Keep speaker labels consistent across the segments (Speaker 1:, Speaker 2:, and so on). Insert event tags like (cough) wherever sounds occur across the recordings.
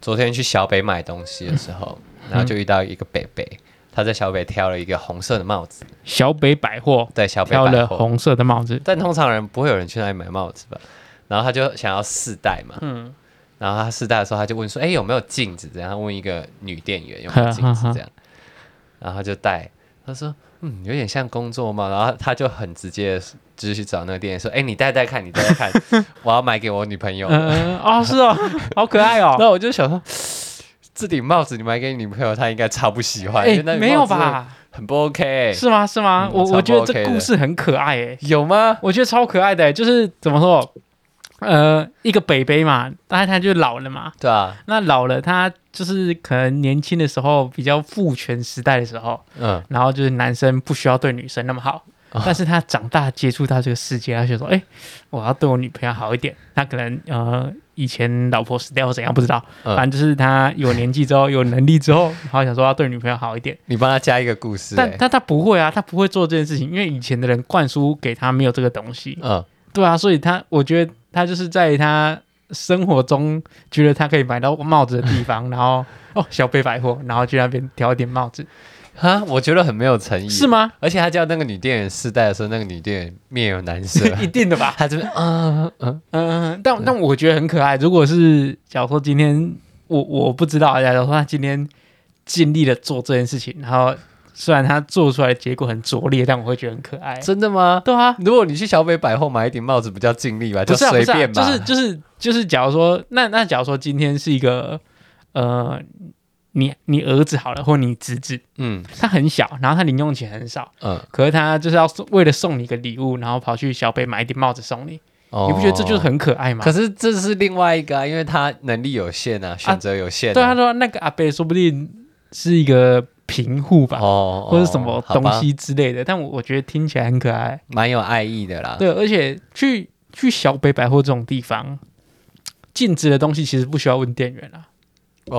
Speaker 1: 昨天去小北买东西的时候，
Speaker 2: 嗯
Speaker 1: 然后就遇到一个北北，他在小北挑了一个红色的帽子，
Speaker 2: 小北百货
Speaker 1: 对，小北
Speaker 2: 挑
Speaker 1: 百
Speaker 2: 了
Speaker 1: 货。
Speaker 2: 红色的帽子，
Speaker 1: 但通常人不会有人去那里买帽子吧？然后他就想要试戴嘛，
Speaker 2: 嗯，
Speaker 1: 然后他试戴的时候，他就问说：“哎，有没有镜子？”这样，他问一个女店员有没有镜子
Speaker 2: (laughs)
Speaker 1: 这样，然后他就戴，他说：“嗯，有点像工作帽。”然后他就很直接的，就是去找那个店员说：“哎，你戴戴看，你戴戴
Speaker 2: (laughs)
Speaker 1: 看，我要买给我女朋友。”
Speaker 2: 嗯，
Speaker 1: (laughs)
Speaker 2: 哦，是哦，好可爱哦。
Speaker 1: 那我就想说， (sighs) 这顶帽子你买给你女朋友，她应该超不喜欢。因
Speaker 2: 哎
Speaker 1: 为那，顶
Speaker 2: 没有
Speaker 1: 帽子
Speaker 2: 吧？
Speaker 1: 很不 OK，、
Speaker 2: 是吗？是吗？
Speaker 1: 嗯
Speaker 2: 我
Speaker 1: 超不
Speaker 2: 我觉得
Speaker 1: OK
Speaker 2: 这
Speaker 1: 的
Speaker 2: 故事很可爱哎，
Speaker 1: 有吗？
Speaker 2: 我觉得超可爱的，哎就是怎么说？呃，一个北北嘛，他他就老了嘛，
Speaker 1: 对啊，
Speaker 2: 那老了他就是可能年轻的时候比较父权时代的时候，
Speaker 1: 嗯，
Speaker 2: 然后就是男生不需要对女生那么好，
Speaker 1: 哦
Speaker 2: 但是他长大接触到这个世界，他就说，哎、我要对我女朋友好一点。他可能呃以前老婆死掉或怎样不知道，
Speaker 1: 嗯
Speaker 2: 反正就是他有年纪之后有能力之后，然后想说要对女朋友好一点。
Speaker 1: 你帮他加一个故事、
Speaker 2: 但
Speaker 1: 欸，
Speaker 2: 但他不会啊，他不会做这件事情，因为以前的人灌输给他没有这个东西。
Speaker 1: 嗯，
Speaker 2: 对啊，所以他我觉得他就是在他生活中觉得他可以买到帽子的地方，然后哦小北百货，然后去那边挑一点帽子，
Speaker 1: 哈，我觉得很没有诚意，
Speaker 2: 是？吗？
Speaker 1: 而且他叫那个女店员试戴的时候，那个女店员面有难色，
Speaker 2: (laughs) 一定的吧。
Speaker 1: 他这边嗯嗯
Speaker 2: 嗯，但但我觉得很可爱。如果是假如说今天我我不知道，假如说他今天尽力的做这件事情，然后虽然他做出来的结果很拙劣，但我会觉得很可爱
Speaker 1: 嗯，。真的吗？
Speaker 2: 对啊，
Speaker 1: 如果你去小北百货买一顶帽子，不叫尽力吧，
Speaker 2: 不
Speaker 1: 叫
Speaker 2: 是啊，不
Speaker 1: 随
Speaker 2: 是啊，
Speaker 1: 便吧，
Speaker 2: 就是就是就是，假如说那那假如说今天是一个呃，你你儿子好了，或你侄子，
Speaker 1: 嗯
Speaker 2: 他很小，然后他零用钱很少，
Speaker 1: 嗯，
Speaker 2: 可是他就是要送为了送你一个礼物，然后跑去小北买一顶帽子送你，
Speaker 1: 哦
Speaker 2: 你不觉得这就是？很可爱吗
Speaker 1: 可？是这是另外一个啊，因为他能力有限啊，选择有限、
Speaker 2: 对他说那个阿伯说不定是一个贫户吧，
Speaker 1: 哦，
Speaker 2: 或者什么
Speaker 1: 好吧啊
Speaker 2: 东西之类的，但我我觉得听起来很可爱。
Speaker 1: 蛮有爱意的啦。
Speaker 2: 对，而且去去小北百货这种地方，镜子的东西其实不需要问店员啦，哦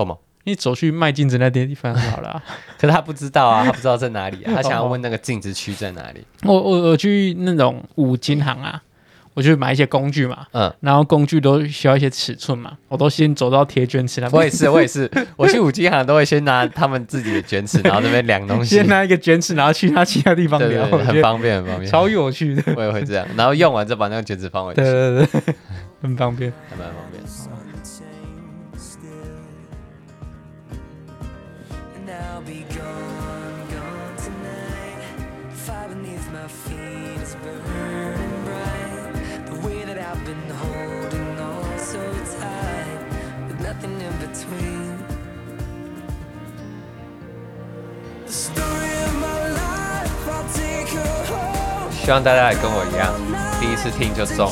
Speaker 1: 为什么？
Speaker 2: 你走去卖镜子那地方就好了
Speaker 1: (laughs)
Speaker 2: 啊。
Speaker 1: 可是他不知道
Speaker 2: (laughs)
Speaker 1: 啊，他不知道在哪
Speaker 2: 哦
Speaker 1: 里、啊，他想要问那个净值区在哪里。
Speaker 2: 我我我去那种五金行啊，我去买一些工具嘛。
Speaker 1: 嗯，
Speaker 2: 然后工具都需要一些尺寸嘛，我都先走到贴卷尺那
Speaker 1: 我也
Speaker 2: 边，
Speaker 1: 是，我也是，我去五金行都会先拿他们自己的卷尺，然后那边量东西
Speaker 2: (laughs) (laughs) 先，拿一个卷尺，然后去他其他地方
Speaker 1: 对
Speaker 2: 聊
Speaker 1: 对，对，
Speaker 2: 我
Speaker 1: 很
Speaker 2: 觉得
Speaker 1: 方便，很方便。
Speaker 2: 超有趣的。
Speaker 1: 我也会这样，然后用完再把那个卷尺放回去
Speaker 2: 对，对对， (laughs) 对很方便。
Speaker 1: 还蛮方便。
Speaker 3: And I'll be gone, gone tonight. Fire beneath my feet is burning bright. The way that I've been holding on so tight, with nothing in between. The story of my life, I'll take her home.
Speaker 1: 希望大家也跟我一样，第一次听就中。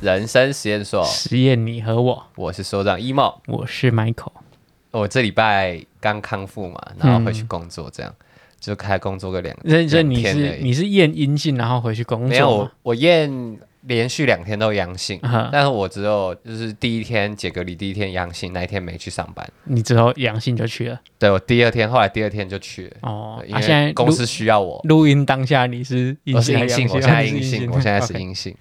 Speaker 1: 人生实验所，
Speaker 2: 实验你和我，
Speaker 1: 我是所长 emo。
Speaker 2: 我是 Michael。
Speaker 1: 我这礼拜刚康复嘛，然后回
Speaker 2: 嗯
Speaker 1: 去工作，这样、就开工作个两
Speaker 2: 认真，
Speaker 1: 两
Speaker 2: 你
Speaker 1: 天而
Speaker 2: 是
Speaker 1: 已
Speaker 2: 你是验阴性，然后回去工作吗？
Speaker 1: 没有我我验连续两天都阳性，
Speaker 2: 嗯
Speaker 1: 但是我只有就是第一天解隔离第一天阳性，那一天没去上班。
Speaker 2: 你之后阳性就去了。
Speaker 1: 对我第二天，后来第二天就去了，
Speaker 2: 哦，
Speaker 1: 呃因
Speaker 2: 啊，现在
Speaker 1: 为公
Speaker 2: 录
Speaker 1: 司需要我，
Speaker 2: 录音当下你是
Speaker 1: 我
Speaker 2: 阴
Speaker 1: 是
Speaker 2: 性还
Speaker 1: 阴
Speaker 2: 是阳
Speaker 1: 性，
Speaker 2: 性，
Speaker 1: 我现在
Speaker 2: 哦
Speaker 1: 阴
Speaker 2: 你是
Speaker 1: 性，
Speaker 2: 性，
Speaker 1: 我现在是
Speaker 2: (laughs) OK。
Speaker 1: 阴性。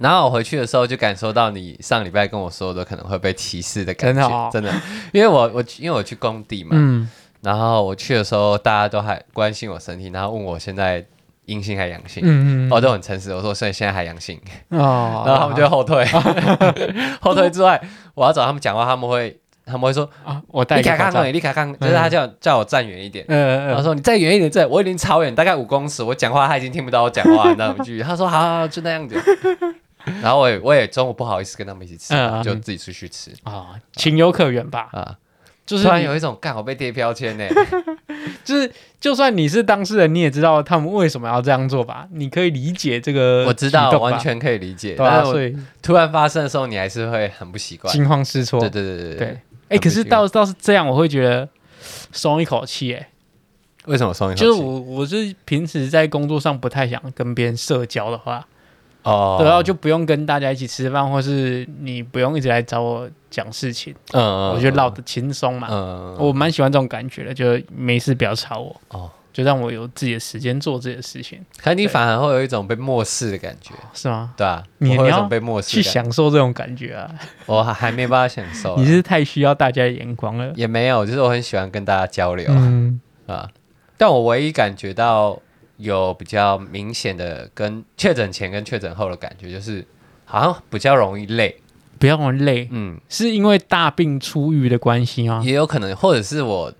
Speaker 1: 然后我回去的时候就感受到你上礼拜跟我说的可能会被歧视的感
Speaker 2: 真的
Speaker 1: 觉，
Speaker 2: 哦
Speaker 1: 真的，因为我我因为我去工地嘛，
Speaker 2: 嗯，
Speaker 1: 然后我去的时候，大家都还关心我身体，然后问我现在阴性还阳性，
Speaker 2: 嗯嗯
Speaker 1: 我都很诚实，我说所以现在还阳性，
Speaker 2: 哦，
Speaker 1: 哦然后他们就后
Speaker 2: (laughs)
Speaker 1: 退， (laughs) 后退之外，我要找他们讲话，他们会他们会说
Speaker 2: 啊，我戴
Speaker 1: 你
Speaker 2: 一个嗯
Speaker 1: 卡
Speaker 2: 口
Speaker 1: 康
Speaker 2: 罩
Speaker 1: 了，。你卡康，就是他叫叫我站远一点。
Speaker 2: 呃
Speaker 1: 他
Speaker 2: 呃，
Speaker 1: 说：“你再远一点，再我已经超远，大概五公尺，我讲话他已经听不到我讲话那
Speaker 2: (laughs)
Speaker 1: 种句。”他说：“好好，好就那样子。” (laughs) 然后我也我也中午不好意思跟他们一起吃
Speaker 2: 嗯嗯，嗯
Speaker 1: 就自己出去吃
Speaker 2: 啊，情有可原吧。
Speaker 1: 啊。
Speaker 2: 就
Speaker 1: 突
Speaker 2: 是
Speaker 1: 然
Speaker 2: 你
Speaker 1: 有一种干我被贴标签欸
Speaker 2: (laughs)
Speaker 1: 呢，
Speaker 2: 就是，就算你是当事人，你也知道他们为什么要这样做吧？你可以理解这个
Speaker 1: 我知道
Speaker 2: 举动吧
Speaker 1: 完全可以理解，
Speaker 2: 对啊，
Speaker 1: 但是我
Speaker 2: 所以
Speaker 1: 突然发生的时候，你还是会很不习惯。
Speaker 2: 惊慌失措。
Speaker 1: 对对对对
Speaker 2: 对
Speaker 1: 对，，
Speaker 2: 哎，
Speaker 1: 很
Speaker 2: 可
Speaker 1: 不
Speaker 2: 是
Speaker 1: 习惯
Speaker 2: 倒倒是这样，我会觉得松一口气，哎。
Speaker 1: 为什么松一口气
Speaker 2: 就是我，我是平时在工作上不太想跟别人社交的话，
Speaker 1: 哦，
Speaker 2: 对，然后啊就不用跟大家一起吃饭，或是你不用一直来找我讲事情，
Speaker 1: 嗯嗯，
Speaker 2: 我觉得唠得轻松嘛。
Speaker 1: 嗯，嗯嗯
Speaker 2: 我蛮喜欢这种感觉的，就没事不要吵我。
Speaker 1: 哦，
Speaker 2: 就让我有自己的时间做自己的事情，
Speaker 1: 可是你反而会有一种被漠视的感觉，
Speaker 2: 是吗？
Speaker 1: 对啊，
Speaker 2: 你
Speaker 1: 我会有一
Speaker 2: 你
Speaker 1: 种
Speaker 2: 要
Speaker 1: 被漠视的
Speaker 2: 去
Speaker 1: 感
Speaker 2: 享受这种感觉啊！
Speaker 1: 觉，我还还没办法享受啊、
Speaker 2: 你是太需要大家的眼光了。
Speaker 1: 也没有，就是我很喜欢跟大家交流、
Speaker 2: 嗯，
Speaker 1: 啊，但我唯一感觉到有比较明显的跟确诊前跟确诊后的感觉，就是好像比较容易累，
Speaker 2: 不要那么累，
Speaker 1: 嗯，
Speaker 2: 是因为大病初愈的关系吗？
Speaker 1: 也有可能，或者是我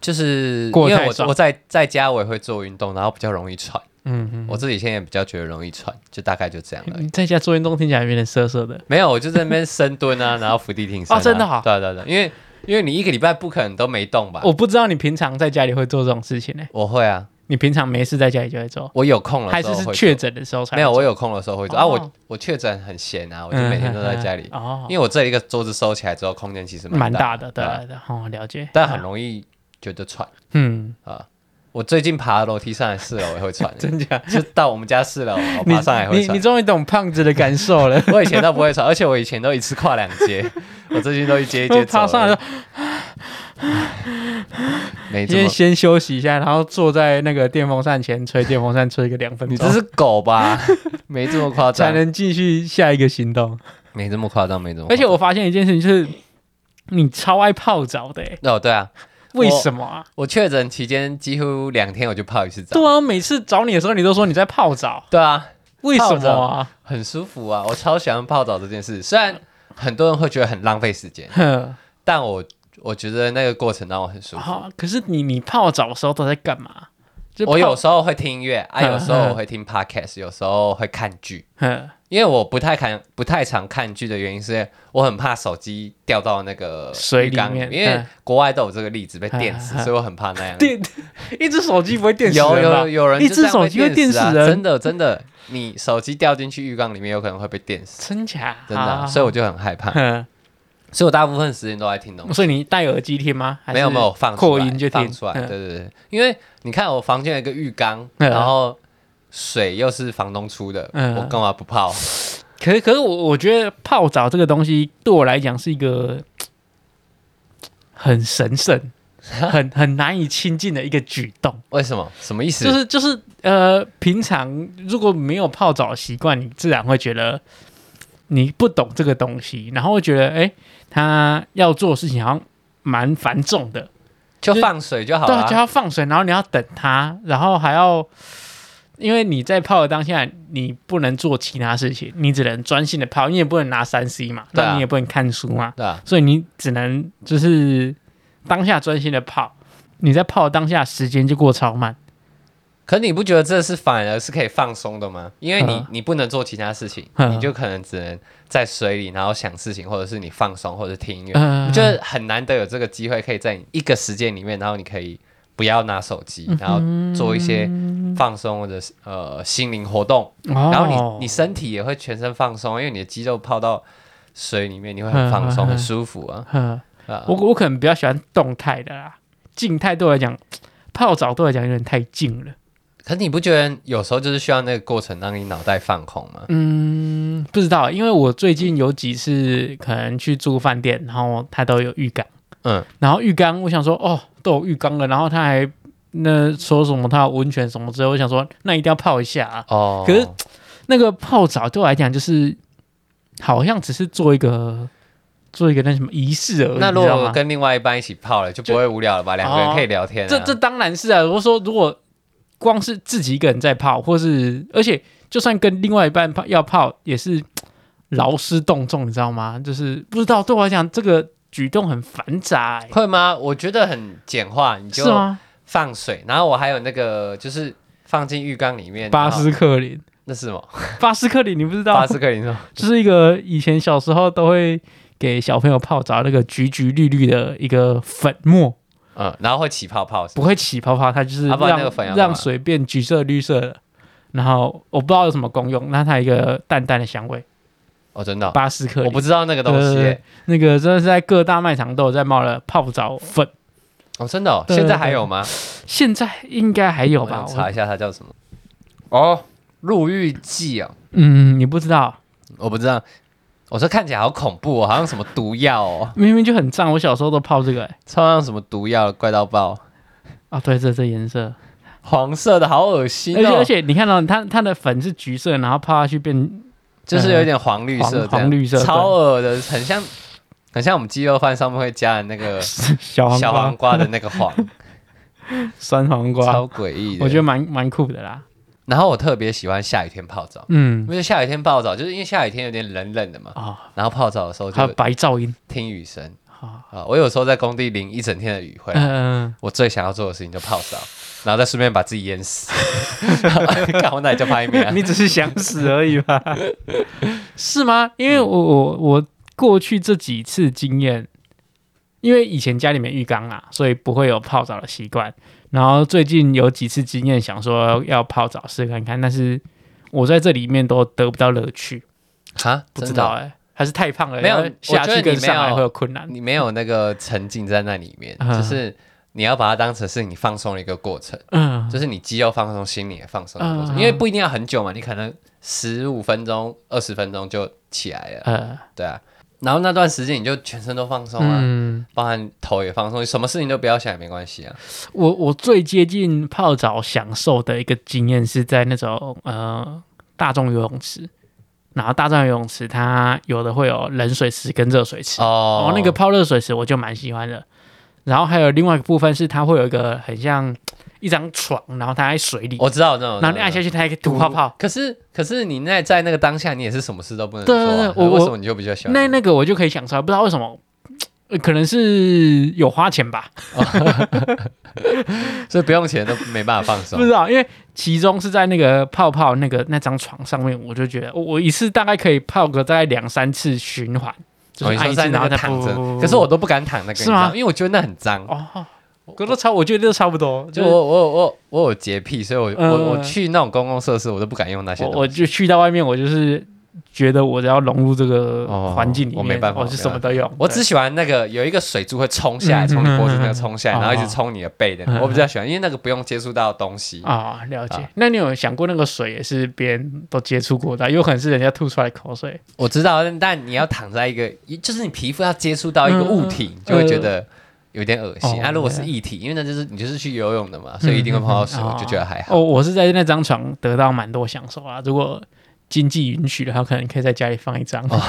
Speaker 1: 就是因
Speaker 2: 啊过得
Speaker 1: 为
Speaker 2: 太
Speaker 1: 我
Speaker 2: 爽
Speaker 1: 我在在家我也会做运动，然后比较容易喘，
Speaker 2: 嗯嗯，
Speaker 1: 我自己现在也比较觉得容易喘，就大概就这样而已。
Speaker 2: 你在家做运动听起来有点涩涩的。
Speaker 1: 没有，我就在那边深蹲啊，然后伏地挺身、啊。
Speaker 2: 哦真的啊哦
Speaker 1: 对啊对啊对啊，因为因为你一个礼拜不可能都没动吧？
Speaker 2: 我不知道你平常在家里会做这种事情呢、
Speaker 1: 我会啊，你
Speaker 2: 你平常没事在家里就会做，
Speaker 1: 我有空了
Speaker 2: 还
Speaker 1: 时候会
Speaker 2: 是是
Speaker 1: 做
Speaker 2: 确诊的时候才
Speaker 1: 没有，
Speaker 2: 会
Speaker 1: 我
Speaker 2: 做？
Speaker 1: 有空的时候会做、啊。我
Speaker 2: 哦
Speaker 1: 我确诊很闲啊，我就
Speaker 2: 嗯
Speaker 1: 每天都在家里，
Speaker 2: 嗯嗯哦，
Speaker 1: 因为我这一个桌子收起来之后，空间其实
Speaker 2: 蛮
Speaker 1: 大
Speaker 2: 大的，对
Speaker 1: 啊
Speaker 2: 对，哦，了解。
Speaker 1: (laughs) 但很容易觉得喘
Speaker 2: 嗯，
Speaker 1: 啊。我最近爬楼梯上来四楼也会喘，
Speaker 2: 真假？
Speaker 1: 就到我们家四楼，我
Speaker 2: 你
Speaker 1: 爬上来会
Speaker 2: 你
Speaker 1: 喘
Speaker 2: 你。终于懂胖子的感受
Speaker 1: (laughs)
Speaker 2: 了。
Speaker 1: 我以前都不会喘，而且我以前都一次跨两阶，我最近都一阶一
Speaker 2: (laughs)
Speaker 1: 阶
Speaker 2: 我
Speaker 1: 走
Speaker 2: 爬
Speaker 1: 而已。
Speaker 2: 上来说，
Speaker 1: 没这
Speaker 2: 今天
Speaker 1: 么，
Speaker 2: 先休息一下，然后坐在那个电风扇前吹电风扇，吹个两分钟，
Speaker 1: 你这是狗吧？没这么夸
Speaker 2: 才
Speaker 1: 张，
Speaker 2: 能继续下一个行动。
Speaker 1: 没这么夸张，没这么夸
Speaker 2: 而
Speaker 1: 张。
Speaker 2: 且我发现一件事情，就是你超爱泡澡的、欸，
Speaker 1: 哦，对啊，
Speaker 2: 为什么啊？
Speaker 1: 我确诊期间几乎两天我就泡一次澡。
Speaker 2: 对啊，每次找你的时候，你都说你在泡澡，
Speaker 1: 对啊，
Speaker 2: 为什
Speaker 1: 泡
Speaker 2: 么
Speaker 1: 澡
Speaker 2: 啊？
Speaker 1: 很舒服啊！我超喜欢泡澡这件事，虽然很多人会觉得很浪费时间，
Speaker 2: 哼，
Speaker 1: 但我我觉得那个过程让我很舒服。
Speaker 2: (laughs) 好、可是你你泡澡的时候都在干嘛？就
Speaker 1: 我有
Speaker 2: 泡，
Speaker 1: 时候会听音乐啊，
Speaker 2: 嗯
Speaker 1: 有时候我会听 podcast，有时候会看剧。
Speaker 2: 哼，
Speaker 1: 因为我不太看、不太常看剧的原因是，我很怕手机掉到那个
Speaker 2: 水
Speaker 1: 浴
Speaker 2: 里
Speaker 1: 缸
Speaker 2: 面
Speaker 1: 因为
Speaker 2: 嗯
Speaker 1: 国外都有这个例子被电死，
Speaker 2: 嗯嗯嗯
Speaker 1: 所以我很怕那样。
Speaker 2: (laughs) 电，一只手机不会电死人
Speaker 1: 有
Speaker 2: 吧
Speaker 1: 有有人
Speaker 2: 一
Speaker 1: 就
Speaker 2: 只
Speaker 1: 这样
Speaker 2: 手
Speaker 1: 被
Speaker 2: 机会电
Speaker 1: 死啊
Speaker 2: 死人
Speaker 1: 真的真的，你手机掉进去浴缸里面有可能会被电死，
Speaker 2: 真假？
Speaker 1: 真的啊、
Speaker 2: 好
Speaker 1: 所以我就很害怕，
Speaker 2: 哼
Speaker 1: (laughs) 所以我大部分时间都在听东西。
Speaker 2: (laughs) 所以你戴耳机听吗？还是
Speaker 1: 没有没有放出
Speaker 2: 扩
Speaker 1: 来
Speaker 2: 音就听
Speaker 1: 放出来，对
Speaker 2: 嗯
Speaker 1: 对对，因为你看我房间有一个浴缸，
Speaker 2: 嗯
Speaker 1: 然后水又是房东出的，
Speaker 2: 嗯
Speaker 1: 我干嘛不泡？
Speaker 2: 可是可是我我觉得泡澡这个东西对我来讲是一个很
Speaker 1: (laughs)
Speaker 2: 神圣、很很难以亲近的一个举动。
Speaker 1: 为什么？什么意思？
Speaker 2: 就是就是呃，平常如果没有泡澡的习惯，你自然会觉得你不懂这个东西，然后会觉得哎，他要做的事情好像蛮繁重的，
Speaker 1: 就
Speaker 2: 就
Speaker 1: 放水就好
Speaker 2: 对
Speaker 1: 了
Speaker 2: 啊，就
Speaker 1: 啊。
Speaker 2: 要放水，然后你要等它，然后还要，因为你在泡的当下，你不能做其他事情，你只能专心的泡，你也不能拿三 C 嘛，
Speaker 1: 对啊
Speaker 2: 那你也不能看书嘛，
Speaker 1: 对啊，
Speaker 2: 所以你只能就是当下专心的泡。你在泡的当下，时间就过超慢。
Speaker 1: 可你不觉得这是反而是可以放松的吗？因为你
Speaker 2: 嗯
Speaker 1: 你不能做其他事情，
Speaker 2: 嗯
Speaker 1: 你就可能只能在水里，然后想事情，或者是你放松，或者是听音乐。
Speaker 2: 嗯
Speaker 1: 我觉得很难得有这个机会，可以在你一个时间里面，然后你可以不要拿手机，
Speaker 2: 嗯
Speaker 1: 然后做一些放松或者是呃心灵活动。
Speaker 2: 哦
Speaker 1: 然后你你身体也会全身放松，因为你的肌肉泡到水里面，你会很放松，
Speaker 2: 嗯嗯嗯
Speaker 1: 很舒服啊。
Speaker 2: 嗯，
Speaker 1: 啊
Speaker 2: 我我可能比较喜欢动态的啦，静态对我来讲，泡澡对我来讲有点太静了。
Speaker 1: 可是你不觉得有时候就是需要那个过程让你脑袋放空吗？
Speaker 2: 嗯，不知道，因为我最近有几次可能去住饭店，然后它都有浴缸，
Speaker 1: 嗯，
Speaker 2: 然后浴缸我想说哦都有浴缸了，然后他还那说什么他有温泉什么之类，我想说那一定要泡一下啊。
Speaker 1: 哦，
Speaker 2: 可是那个泡澡对我来讲就是好像只是做一个做一个那什么仪式而已，
Speaker 1: 那如
Speaker 2: 你知道
Speaker 1: 果
Speaker 2: 吗？
Speaker 1: 跟另外一半一起泡了，就不会无聊了吧？两个人可以聊天、啊。
Speaker 2: 这这当然是啊，我说如果光是自己一个人在泡，或是而且就算跟另外一半泡要泡，也是劳师动众，你知道吗？就是不知道对我来讲，这个举动很繁杂、欸，
Speaker 1: 会吗？我觉得很简化，你
Speaker 2: 是
Speaker 1: 就
Speaker 2: 吗？
Speaker 1: 放水，然后我还有那个就是放进浴缸里面。
Speaker 2: 巴
Speaker 1: 然后
Speaker 2: 斯
Speaker 1: (laughs)
Speaker 2: 克林，
Speaker 1: 那是什么？
Speaker 2: 巴斯克林，你不知道
Speaker 1: 巴，斯克林是吗？
Speaker 2: 就是一个以前小时候都会给小朋友泡澡那个橘橘绿绿的一个粉末，
Speaker 1: 嗯，然后会起泡泡是
Speaker 2: 不
Speaker 1: 吗。
Speaker 2: 会起泡泡，它就是
Speaker 1: 啊
Speaker 2: 让、
Speaker 1: 不然那个粉要干嘛
Speaker 2: 让水变橘色、绿色的。然后我不知道有什么功用，那它有一个淡淡的香味，
Speaker 1: 哦，真的哦、
Speaker 2: 巴斯克林
Speaker 1: 我不知道那个东西、
Speaker 2: 对那个真的是在各大卖场都有在卖了泡澡粉，
Speaker 1: 哦，真的、哦，
Speaker 2: 对
Speaker 1: 现在还有吗？
Speaker 2: 现在应该还有
Speaker 1: 我
Speaker 2: 吧
Speaker 1: 想？查一下它叫什么。哦，入浴剂哦，
Speaker 2: 我嗯，你不知道，
Speaker 1: 我不知道。我说看起来好恐怖哦，好像什么毒药哦，
Speaker 2: 明明就很脏，我小时候都泡这个、欸。哦
Speaker 1: 超像什么毒药，怪到爆。
Speaker 2: 啊，对，这这颜色
Speaker 1: 黄色的好恶心
Speaker 2: 而且
Speaker 1: 哦，
Speaker 2: 而且你看到它它的粉是橘色，然后泡下去变 (laughs)
Speaker 1: 就是有一点黄绿色
Speaker 2: 嗯黄
Speaker 1: 这样，
Speaker 2: 黄绿色对
Speaker 1: 超恶的，很像很像我们鸡肉饭上面会加的那个
Speaker 2: 小黄
Speaker 1: 小黄
Speaker 2: 瓜、
Speaker 1: 瓜的那个黄，
Speaker 2: 酸 (laughs) 黄瓜
Speaker 1: 超，诡异的。
Speaker 2: 我觉得蛮蛮酷的啦。
Speaker 1: 然后我特别喜欢下雨天泡澡，
Speaker 2: 嗯
Speaker 1: 因为下雨天泡澡就是因为下雨天有点冷冷的嘛，
Speaker 2: 啊，
Speaker 1: 然后泡澡的时候
Speaker 2: 还有
Speaker 1: 就
Speaker 2: 白噪音
Speaker 1: 听雨声
Speaker 2: 啊，
Speaker 1: 啊。我有时候在工地淋一整天的雨回来，
Speaker 2: 嗯，
Speaker 1: 我最想要做的事情就泡澡，然后再顺便把自己淹死。 (laughs) 看我奶就拍面、啊，
Speaker 2: (laughs) 你只是想死而已
Speaker 1: (laughs)
Speaker 2: 吧？是吗？
Speaker 1: 嗯
Speaker 2: 因为我我我过去这几次经验，因为以前家里没浴缸啊，所以不会有泡澡的习惯。然后最近有几次经验，想说要泡澡试看看，但是我在这里面都得不到乐趣，
Speaker 1: 哈，
Speaker 2: 不知
Speaker 1: 真的
Speaker 2: 道
Speaker 1: 哦
Speaker 2: 哎、还是太胖了，
Speaker 1: 没有
Speaker 2: 然后下
Speaker 1: 我觉得
Speaker 2: 去跟
Speaker 1: 你没有
Speaker 2: 上来会有困难。
Speaker 1: 你没有那个沉浸在那里面，
Speaker 2: 嗯
Speaker 1: 就是你要把它当成是你放松的一个过程，
Speaker 2: 嗯，
Speaker 1: 就是你肌肉放松，心理也放松的过程，
Speaker 2: 嗯
Speaker 1: 因为不一定要很久嘛，你可能十五分钟、二十分钟就起来了，
Speaker 2: 呃，
Speaker 1: 对啊。然后那段时间你就全身都放松啊，
Speaker 2: 嗯，
Speaker 1: 包含头也放松，什么事情都不要想也没关系啊。
Speaker 2: 我我最接近泡澡享受的一个经验是在那种呃大众游泳池，然后大众游泳池它有的会有冷水池跟热水池，
Speaker 1: 哦
Speaker 2: 哦，那个泡热水池我就蛮喜欢的。然后还有另外一个部分是它会有一个很像一张床，然后它在水里，
Speaker 1: 我知道，我知道，
Speaker 2: 然后你按
Speaker 1: 去。
Speaker 2: 下去它还可以吐泡泡。
Speaker 1: 可是可是你那在那个当下，你也是什么事都不能做、啊。
Speaker 2: 对对对
Speaker 1: 那
Speaker 2: 我
Speaker 1: 为
Speaker 2: 我
Speaker 1: 什么你就比较喜欢？
Speaker 2: 那那个我就可以享受，不知道为什么，呃可能是有花钱吧，
Speaker 1: 所以不用钱都没办法放松
Speaker 2: 不知。道，因为其中是在那个泡泡那个那张床上面，我就觉得我我一次大概可以泡个大概两三次循环，就
Speaker 1: 哦
Speaker 2: 是
Speaker 1: 你
Speaker 2: 按
Speaker 1: 说
Speaker 2: 一
Speaker 1: 在
Speaker 2: 次然
Speaker 1: 那
Speaker 2: 后
Speaker 1: 个
Speaker 2: 再
Speaker 1: 躺
Speaker 2: 不
Speaker 1: 着
Speaker 2: 不不，不
Speaker 1: 可是我都不敢躺那个，
Speaker 2: 是吗
Speaker 1: 你知道因为我觉得那很脏。
Speaker 2: 哦，我都差我觉得都差不多，
Speaker 1: 就
Speaker 2: 就
Speaker 1: 我我我我有洁癖，所以我、我我
Speaker 2: 嗯
Speaker 1: 去那种公共设施，我都不敢用那些
Speaker 2: 我
Speaker 1: 东西。
Speaker 2: 我就去到外面，我就是觉得我只要融入这个
Speaker 1: 哦
Speaker 2: 环境里面，
Speaker 1: 我没办法
Speaker 2: 我是什么都用，
Speaker 1: 我只
Speaker 2: 对
Speaker 1: 喜欢那个有一个水柱会冲下来，
Speaker 2: 嗯
Speaker 1: 从你脖子那个冲下来，
Speaker 2: 嗯嗯嗯
Speaker 1: 然后一直冲你的背的那个。
Speaker 2: 嗯嗯
Speaker 1: 我比较喜欢，因为那个不用接触到东西。
Speaker 2: 啊、了解
Speaker 1: 啊。
Speaker 2: 那你有想过那个水也是别人都接触过的，有可能是人家吐出来的口水，
Speaker 1: 我知道，但但你要躺在一个，就是你皮肤要接触到一个物体，
Speaker 2: 嗯
Speaker 1: 你就会觉得有点恶心。
Speaker 2: 哦
Speaker 1: 啊，如果是
Speaker 2: 对
Speaker 1: 液体，因为那就是你就是去游泳的嘛，所以一定会碰到水，
Speaker 2: 嗯嗯嗯
Speaker 1: 我就觉得还好。
Speaker 2: 哦，我是在那张床得到蛮多享受啊。如果经济允许的话，可能可以在家里放一张。
Speaker 1: 哦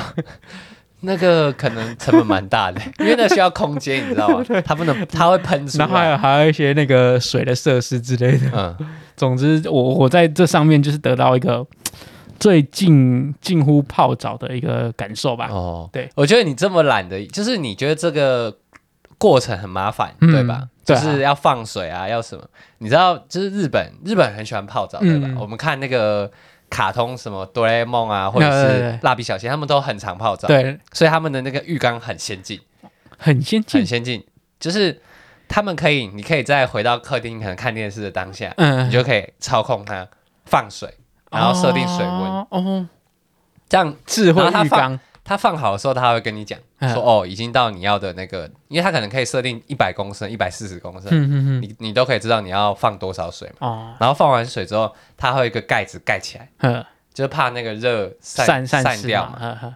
Speaker 1: 那个可能成本蛮大的，因为那需要空间，你知
Speaker 2: (laughs)
Speaker 1: 道吗？它不能，它会喷出
Speaker 2: (laughs) 然后还
Speaker 1: 来。
Speaker 2: 有还有一些那个水的设施之类的。
Speaker 1: 嗯，
Speaker 2: 总之，我我在这上面就是得到一个最近近乎泡澡的一个感受吧。
Speaker 1: 哦，
Speaker 2: 对，
Speaker 1: 我觉得你这么懒的，就是你觉得这个过程很麻烦，
Speaker 2: 嗯
Speaker 1: 对吧？就
Speaker 2: 对啊
Speaker 1: 是要放水啊，要什么？你知道，就是日本，日本很喜欢泡澡，对吧
Speaker 2: 嗯？
Speaker 1: 我们看那个卡通什么哆啦 A 梦啊，或者
Speaker 2: 对对
Speaker 1: 是
Speaker 2: 对
Speaker 1: 蜡笔小新，他们都很常泡澡，
Speaker 2: 对，
Speaker 1: 所以他们的那个浴缸很先进，
Speaker 2: 很先
Speaker 1: 很
Speaker 2: 进。
Speaker 1: 先进，就是他们可以，你可以再回到客厅，可能看电视的当下，
Speaker 2: 嗯
Speaker 1: 你，就可以操控它放水，然后设定水温，
Speaker 2: 哦哦，
Speaker 1: 这样
Speaker 2: 智慧
Speaker 1: 然后它
Speaker 2: 浴
Speaker 1: 放
Speaker 2: 缸。
Speaker 1: 它放好的时候，它会跟你讲
Speaker 2: 嗯
Speaker 1: 说哦，已经到你要的那个，因为它可能可以设定一百公升、一百四十公升，
Speaker 2: 嗯嗯嗯。
Speaker 1: 你你都可以知道你要放多少水嘛。
Speaker 2: 哦，
Speaker 1: 然后放完水之后，它会有一个盖子盖起来，
Speaker 2: 呵，
Speaker 1: 就是怕那个热散
Speaker 2: 散散失
Speaker 1: 掉
Speaker 2: 嘛。
Speaker 1: 嘛。
Speaker 2: 呵呵。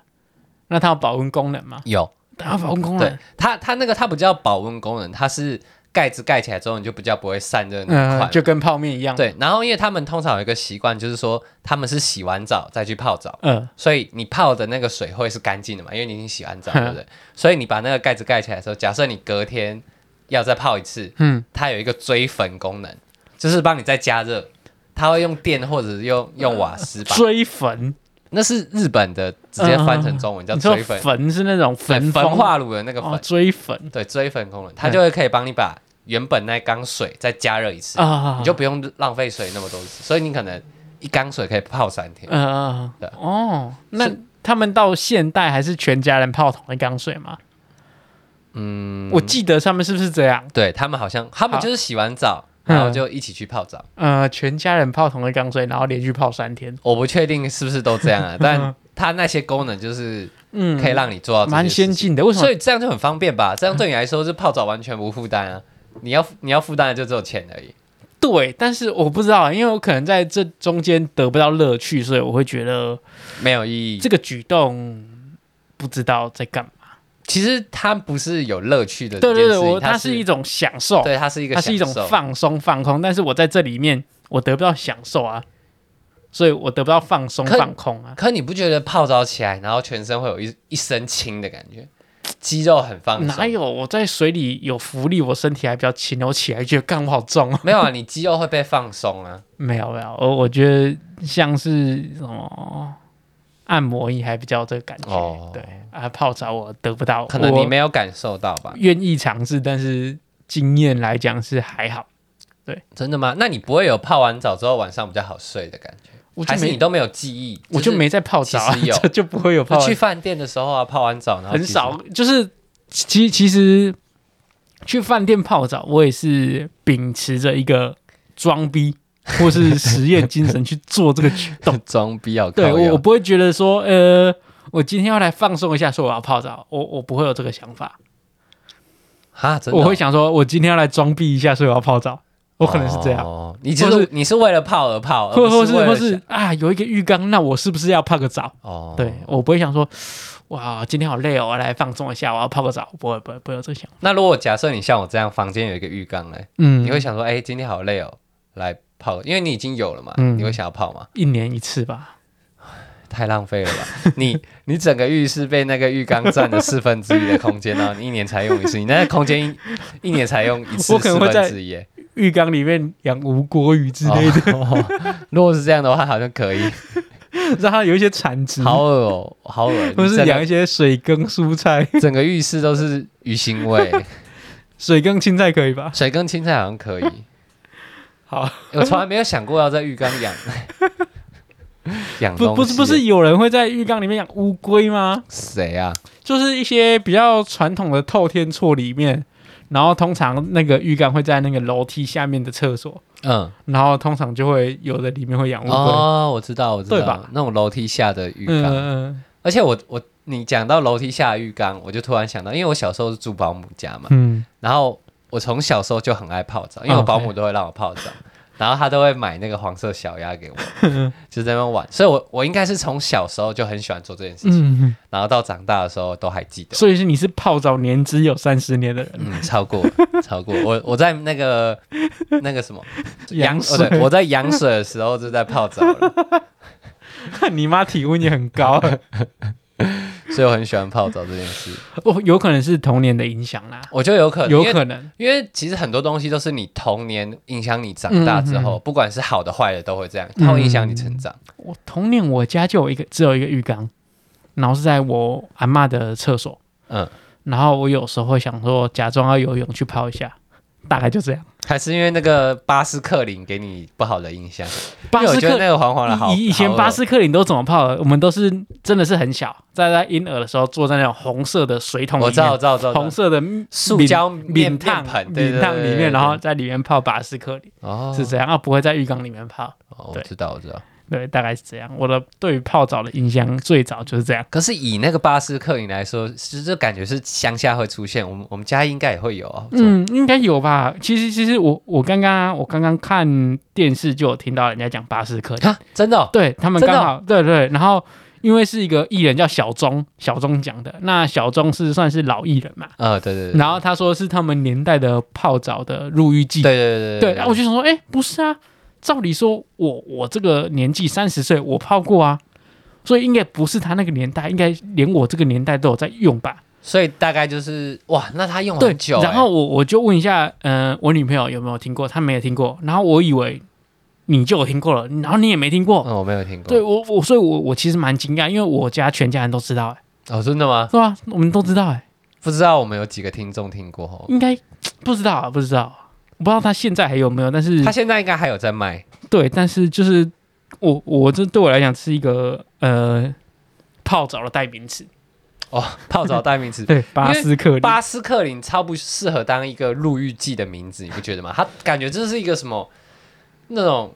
Speaker 2: 那它有保温功能吗？
Speaker 1: 有，
Speaker 2: 它有保温功
Speaker 1: 对
Speaker 2: 能。
Speaker 1: 它它那个它不叫保温功能，它是盖子盖起来之后，你就比较不会散热那么
Speaker 2: 嗯，
Speaker 1: 快。
Speaker 2: 就跟泡面一样。，
Speaker 1: 对，然后因为他们通常有一个习惯，就是说他们是洗完澡再去泡澡，
Speaker 2: 嗯，
Speaker 1: 所以你泡的那个水会是干净的嘛，因为你已经洗完澡，
Speaker 2: (laughs) 哼
Speaker 1: 对不对？所以你把那个盖子盖起来的时候，假设你隔天要再泡一次，
Speaker 2: 嗯，
Speaker 1: 它有一个追粉功能，就是帮你再加热，它会用电或者是用用瓦斯吧。
Speaker 2: 追粉，
Speaker 1: 那是日本的，直接翻成中文、叫
Speaker 2: 嗯你说
Speaker 1: 追粉，
Speaker 2: 粉是那种
Speaker 1: 对
Speaker 2: 粉
Speaker 1: 焚
Speaker 2: 风
Speaker 1: 化炉的那个粉，
Speaker 2: 哦，嗯追粉
Speaker 1: 对，追粉功能，它就会可以帮你把原本那缸水再加热一次，
Speaker 2: 啊，
Speaker 1: 你就不用浪费水那么多次，所以你可能一缸水可以泡三天。
Speaker 2: 呃
Speaker 1: 对
Speaker 2: 哦，那
Speaker 1: 是
Speaker 2: 他们到现代还是全家人泡同一缸水吗？嗯，我记得他们是不是这样？
Speaker 1: 对他们好像，他们
Speaker 2: 好
Speaker 1: 就是洗完澡，
Speaker 2: 嗯
Speaker 1: 然后就一起去泡澡。
Speaker 2: 呃，全家人泡同一缸水，然后连续泡三天，
Speaker 1: 我不确定是不是都这样啊，
Speaker 2: (laughs)
Speaker 1: 但它那些功能就是
Speaker 2: 嗯，
Speaker 1: 可以让你做到这些
Speaker 2: 蛮
Speaker 1: 事情
Speaker 2: 先，进的。为什么
Speaker 1: 所？以这样就很方便吧？这样对你来说是泡澡完全无负担啊，你要你要负担的就只有钱而已。
Speaker 2: 对，但是我不知道，因为我可能在这中间得不到乐趣，
Speaker 1: 嗯
Speaker 2: 所以我会觉得
Speaker 1: 没有意义
Speaker 2: 这，个举动不知道在干嘛。
Speaker 1: 其实它不是有乐趣的一
Speaker 2: 对
Speaker 1: 件
Speaker 2: 对对，
Speaker 1: 事情，
Speaker 2: 我
Speaker 1: 它
Speaker 2: 它是一种享受，
Speaker 1: 对，它是一个
Speaker 2: 它是一种
Speaker 1: 享受
Speaker 2: 放松放空，但是我在这里面我得不到享受啊，所以我得不到放松
Speaker 1: 可
Speaker 2: 放空啊。
Speaker 1: 可你不觉得泡澡起来，然后全身会有一一身轻的感觉，肌肉很放松？
Speaker 2: 哪有我在水里有浮力，我身体还比较轻，我起来觉得干我好重哦。
Speaker 1: 没有啊，你肌肉会被放松啊。
Speaker 2: (laughs) 没有没有，我我觉得像是什么按摩椅还比较有这个感觉，
Speaker 1: 哦
Speaker 2: 对啊，泡澡我得不到，
Speaker 1: 可能你
Speaker 2: 我
Speaker 1: 没有感受到吧？
Speaker 2: 愿意尝试，但是经验来讲是还好，
Speaker 1: 真的吗？那你不会有泡完澡之后晚上比较好睡的感觉？
Speaker 2: 我就
Speaker 1: 还是
Speaker 2: 没
Speaker 1: 你都没有记忆？
Speaker 2: 我
Speaker 1: 是
Speaker 2: 就没在泡澡、啊
Speaker 1: 其实，有
Speaker 2: 这 (laughs) 就不会有泡
Speaker 1: 就
Speaker 2: 澡
Speaker 1: 去饭店的时候啊，泡完澡然后
Speaker 2: 很
Speaker 1: 其实
Speaker 2: 少，就是其其实去饭店泡澡，我也是秉持着一个装逼或是实验精神去做这个举动。
Speaker 1: (laughs) 装逼要
Speaker 2: 对
Speaker 1: 靠
Speaker 2: 我，
Speaker 1: 腰
Speaker 2: 我不会觉得说，呃，我今天要来放松一下，说我要泡澡，我我不会有这个想法，
Speaker 1: 哈，真的哦
Speaker 2: 我会想说，我今天要来装逼一下，所以我要泡澡，我可能是这样，
Speaker 1: 哦、你就
Speaker 2: 或
Speaker 1: 是
Speaker 2: 是
Speaker 1: 你是为了泡而泡，而
Speaker 2: 或或
Speaker 1: 不
Speaker 2: 是
Speaker 1: 为了
Speaker 2: 或
Speaker 1: 想
Speaker 2: 是啊，有一个浴缸，那我是不是要泡个澡？
Speaker 1: 哦，
Speaker 2: 对我不会想说，哇，今天好累哦，我要来放松一下，我要泡个澡，不会不会不会有这个想法，
Speaker 1: 那如果假设你像我这样，房间有一个浴缸嘞，
Speaker 2: 嗯，
Speaker 1: 你会想说，哎、今天好累哦，来泡，因为你已经有了嘛，
Speaker 2: 嗯
Speaker 1: 你会想要泡吗？
Speaker 2: 一年一次吧，
Speaker 1: 太浪费了吧！ (laughs) 你你整个浴室被那个浴缸占了四分之一的空间，然后你一年才用一次，你那个空间一一年才用一次
Speaker 2: 我可
Speaker 1: 四
Speaker 2: 能会在
Speaker 1: 分之一耶。
Speaker 2: 浴缸里面养无锅鱼之类的，
Speaker 1: 哦 (laughs) 如果是这样的话，好像可以。
Speaker 2: 让它有一些产值，
Speaker 1: 好恶哦，好
Speaker 2: (laughs)
Speaker 1: 恶！你
Speaker 2: 或嗯是
Speaker 1: 整
Speaker 2: 养一
Speaker 1: 个
Speaker 2: 些水耕蔬菜、 (laughs)
Speaker 1: 整个浴室都是鱼腥味，哎
Speaker 2: 水耕青菜可以吧？
Speaker 1: 水跟青菜好像可以。
Speaker 2: 好，
Speaker 1: 我从来没有想过要在浴缸养 (laughs) 养
Speaker 2: 不
Speaker 1: 东
Speaker 2: 不
Speaker 1: 西。
Speaker 2: 是不是有人会在浴缸里面养乌龟吗？
Speaker 1: 谁啊？
Speaker 2: 就是一些比较传统的透天厝里面，然后通常那个浴缸会在那个楼梯下面的厕所，
Speaker 1: 嗯，
Speaker 2: 然后通常就会有的里面会养乌龟。
Speaker 1: 哦，我知道，我知
Speaker 2: 对
Speaker 1: 道
Speaker 2: 吧，
Speaker 1: 那种楼梯下的浴
Speaker 2: 嗯
Speaker 1: 缸。
Speaker 2: 嗯
Speaker 1: 而且我我你讲到楼梯下的浴缸，我就突然想到，因为我小时候是住保姆家嘛，
Speaker 2: 嗯，
Speaker 1: 然后我从小时候就很爱泡澡，因为我
Speaker 2: OK
Speaker 1: 保姆都会让我泡澡，
Speaker 2: 嗯
Speaker 1: 然后她都会买那个黄色小鸭给我，就在那边玩，所以我我应该是从小时候就很喜欢做这件事情，
Speaker 2: 嗯嗯，
Speaker 1: 然后到长大的时候都还记得，
Speaker 2: 所以是你是泡澡年资有三十年的人， (laughs)
Speaker 1: 嗯，超过了超过了我我在那个那个什么
Speaker 2: 羊
Speaker 1: 哦对
Speaker 2: 水
Speaker 1: 我在羊水的时候就在泡澡了，
Speaker 2: 你妈体温也很高。
Speaker 1: 所以我很喜欢泡澡这件事，
Speaker 2: 哦，有可能是童年的影响啦，
Speaker 1: 我觉得有可能
Speaker 2: 有
Speaker 1: 因为
Speaker 2: 可能。
Speaker 1: 因为其实很多东西都是你童年影响你长
Speaker 2: 嗯
Speaker 1: 大之后，不管是好的坏的都会这样，它会影响你成长。
Speaker 2: 我童年我家就有一个只有一个浴缸，然后是在我阿嬷的厕所，
Speaker 1: 嗯，
Speaker 2: 然后我有时候会想说假装要游泳去泡一下，大概就这样。
Speaker 1: 还是因为那个巴斯克林给你不好的印象。
Speaker 2: 巴
Speaker 1: 因为我
Speaker 2: 斯
Speaker 1: 觉得那
Speaker 2: 克
Speaker 1: 个黄黄的好，
Speaker 2: 以以前巴斯克林都怎么泡的？我们都是真的是很小，在在婴儿的时候坐在那种红色的水桶
Speaker 1: 好
Speaker 2: 里
Speaker 1: 恶，
Speaker 2: 面，
Speaker 1: 我知道，我知道，我知道。
Speaker 2: 红色的
Speaker 1: 塑胶面
Speaker 2: 饼
Speaker 1: 面
Speaker 2: 烫
Speaker 1: 盆，对
Speaker 2: 饼烫里面，然后在里面泡巴斯克林，
Speaker 1: 哦，
Speaker 2: 是这样啊，不会在浴缸里面泡。
Speaker 1: 哦，我
Speaker 2: 对
Speaker 1: 知道，我知道。
Speaker 2: 对，大概是这样。我的对于泡澡的印象最早就是这样。
Speaker 1: 可是以那个巴斯克林来说，是这感觉是乡下会出现，我们我们家应该也会有哦。嗯，
Speaker 2: 嗯，应该有吧。其实，其实我我刚刚啊我刚刚看电视就有听到人家讲
Speaker 1: (laughs)
Speaker 2: 巴斯克林，
Speaker 1: 哈，真的哦，
Speaker 2: 对他们
Speaker 1: 真的
Speaker 2: 刚好、对对。然后因为是一个艺人叫小钟，小钟讲的，那小钟是算是老艺人嘛。
Speaker 1: 呃，对对对，
Speaker 2: 然后他说是他们年代的泡澡的入浴剂，
Speaker 1: 对对对
Speaker 2: 对。然后我就想说，哎、不是啊，照理说我我这个年纪三十岁，我泡过啊，所以应该不是他那个年代，应该连我这个年代都有在用吧。
Speaker 1: 所以大概就是哇，那他用哦
Speaker 2: 对
Speaker 1: 很久，，欸
Speaker 2: 然后我我就问一下，呃，我女朋友有没有听过？她没有听过，然后我以为你就有听过了，然后你也没听过。
Speaker 1: 嗯，我没有听过，
Speaker 2: 哦对我我，所以我我其实蛮惊讶，因为我家全家人都知道、哎，
Speaker 1: 哦，真的吗？
Speaker 2: 是吧？我们都知道、哎，
Speaker 1: 不知道我们有几个听众听过哦，
Speaker 2: 应该不知道啊，不知道啊，我不知道他现在还有没有，但是
Speaker 1: 他现在应该还有在卖，
Speaker 2: 对，但是就是我我这对我来讲是一个呃泡澡的代名词，
Speaker 1: 哦泡澡代名词。
Speaker 2: (laughs) 对，巴斯克林，
Speaker 1: 巴斯克林超不适合当一个入浴剂的名字，你不觉得吗？他感觉这是一个什么那种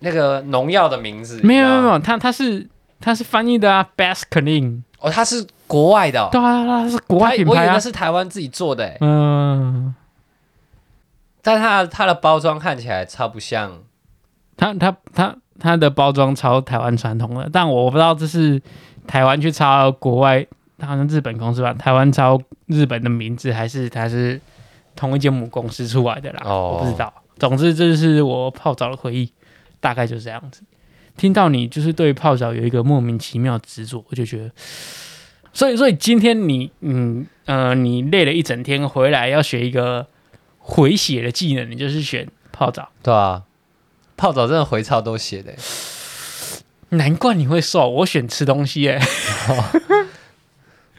Speaker 1: 那个农药的名字？
Speaker 2: 没有没
Speaker 1: 你知
Speaker 2: 有没
Speaker 1: 道吗
Speaker 2: 有，他他是他是翻译的啊 b a s k i n
Speaker 1: 哦，它是国外的、哦，
Speaker 2: 对啊，他是国
Speaker 1: 它
Speaker 2: 外品
Speaker 1: 我以
Speaker 2: 牌
Speaker 1: 为
Speaker 2: 啊
Speaker 1: 那，是台湾自己做的诶，
Speaker 2: 嗯。
Speaker 1: 但它它的包装看起来超不像，
Speaker 2: 它它它它的包装超台湾传统的，但我不知道这是台湾去抄国外它好像日本公司吧，台湾抄日本的名字，还是它是同一间母公司出来的啦？
Speaker 1: 哦
Speaker 2: 我不知道。总之，这就是我泡澡的回忆，大概就是这样子。听到你就是对泡澡有一个莫名其妙的执着，我就觉得，所以，所以今天你，嗯，呃，你累了一整天回来要学一个回血的技能，你就是选泡澡。
Speaker 1: 对啊，泡澡真的回潮都写的欸、
Speaker 2: 难怪你会瘦， (laughs) 我选吃东西耶、
Speaker 1: (laughs)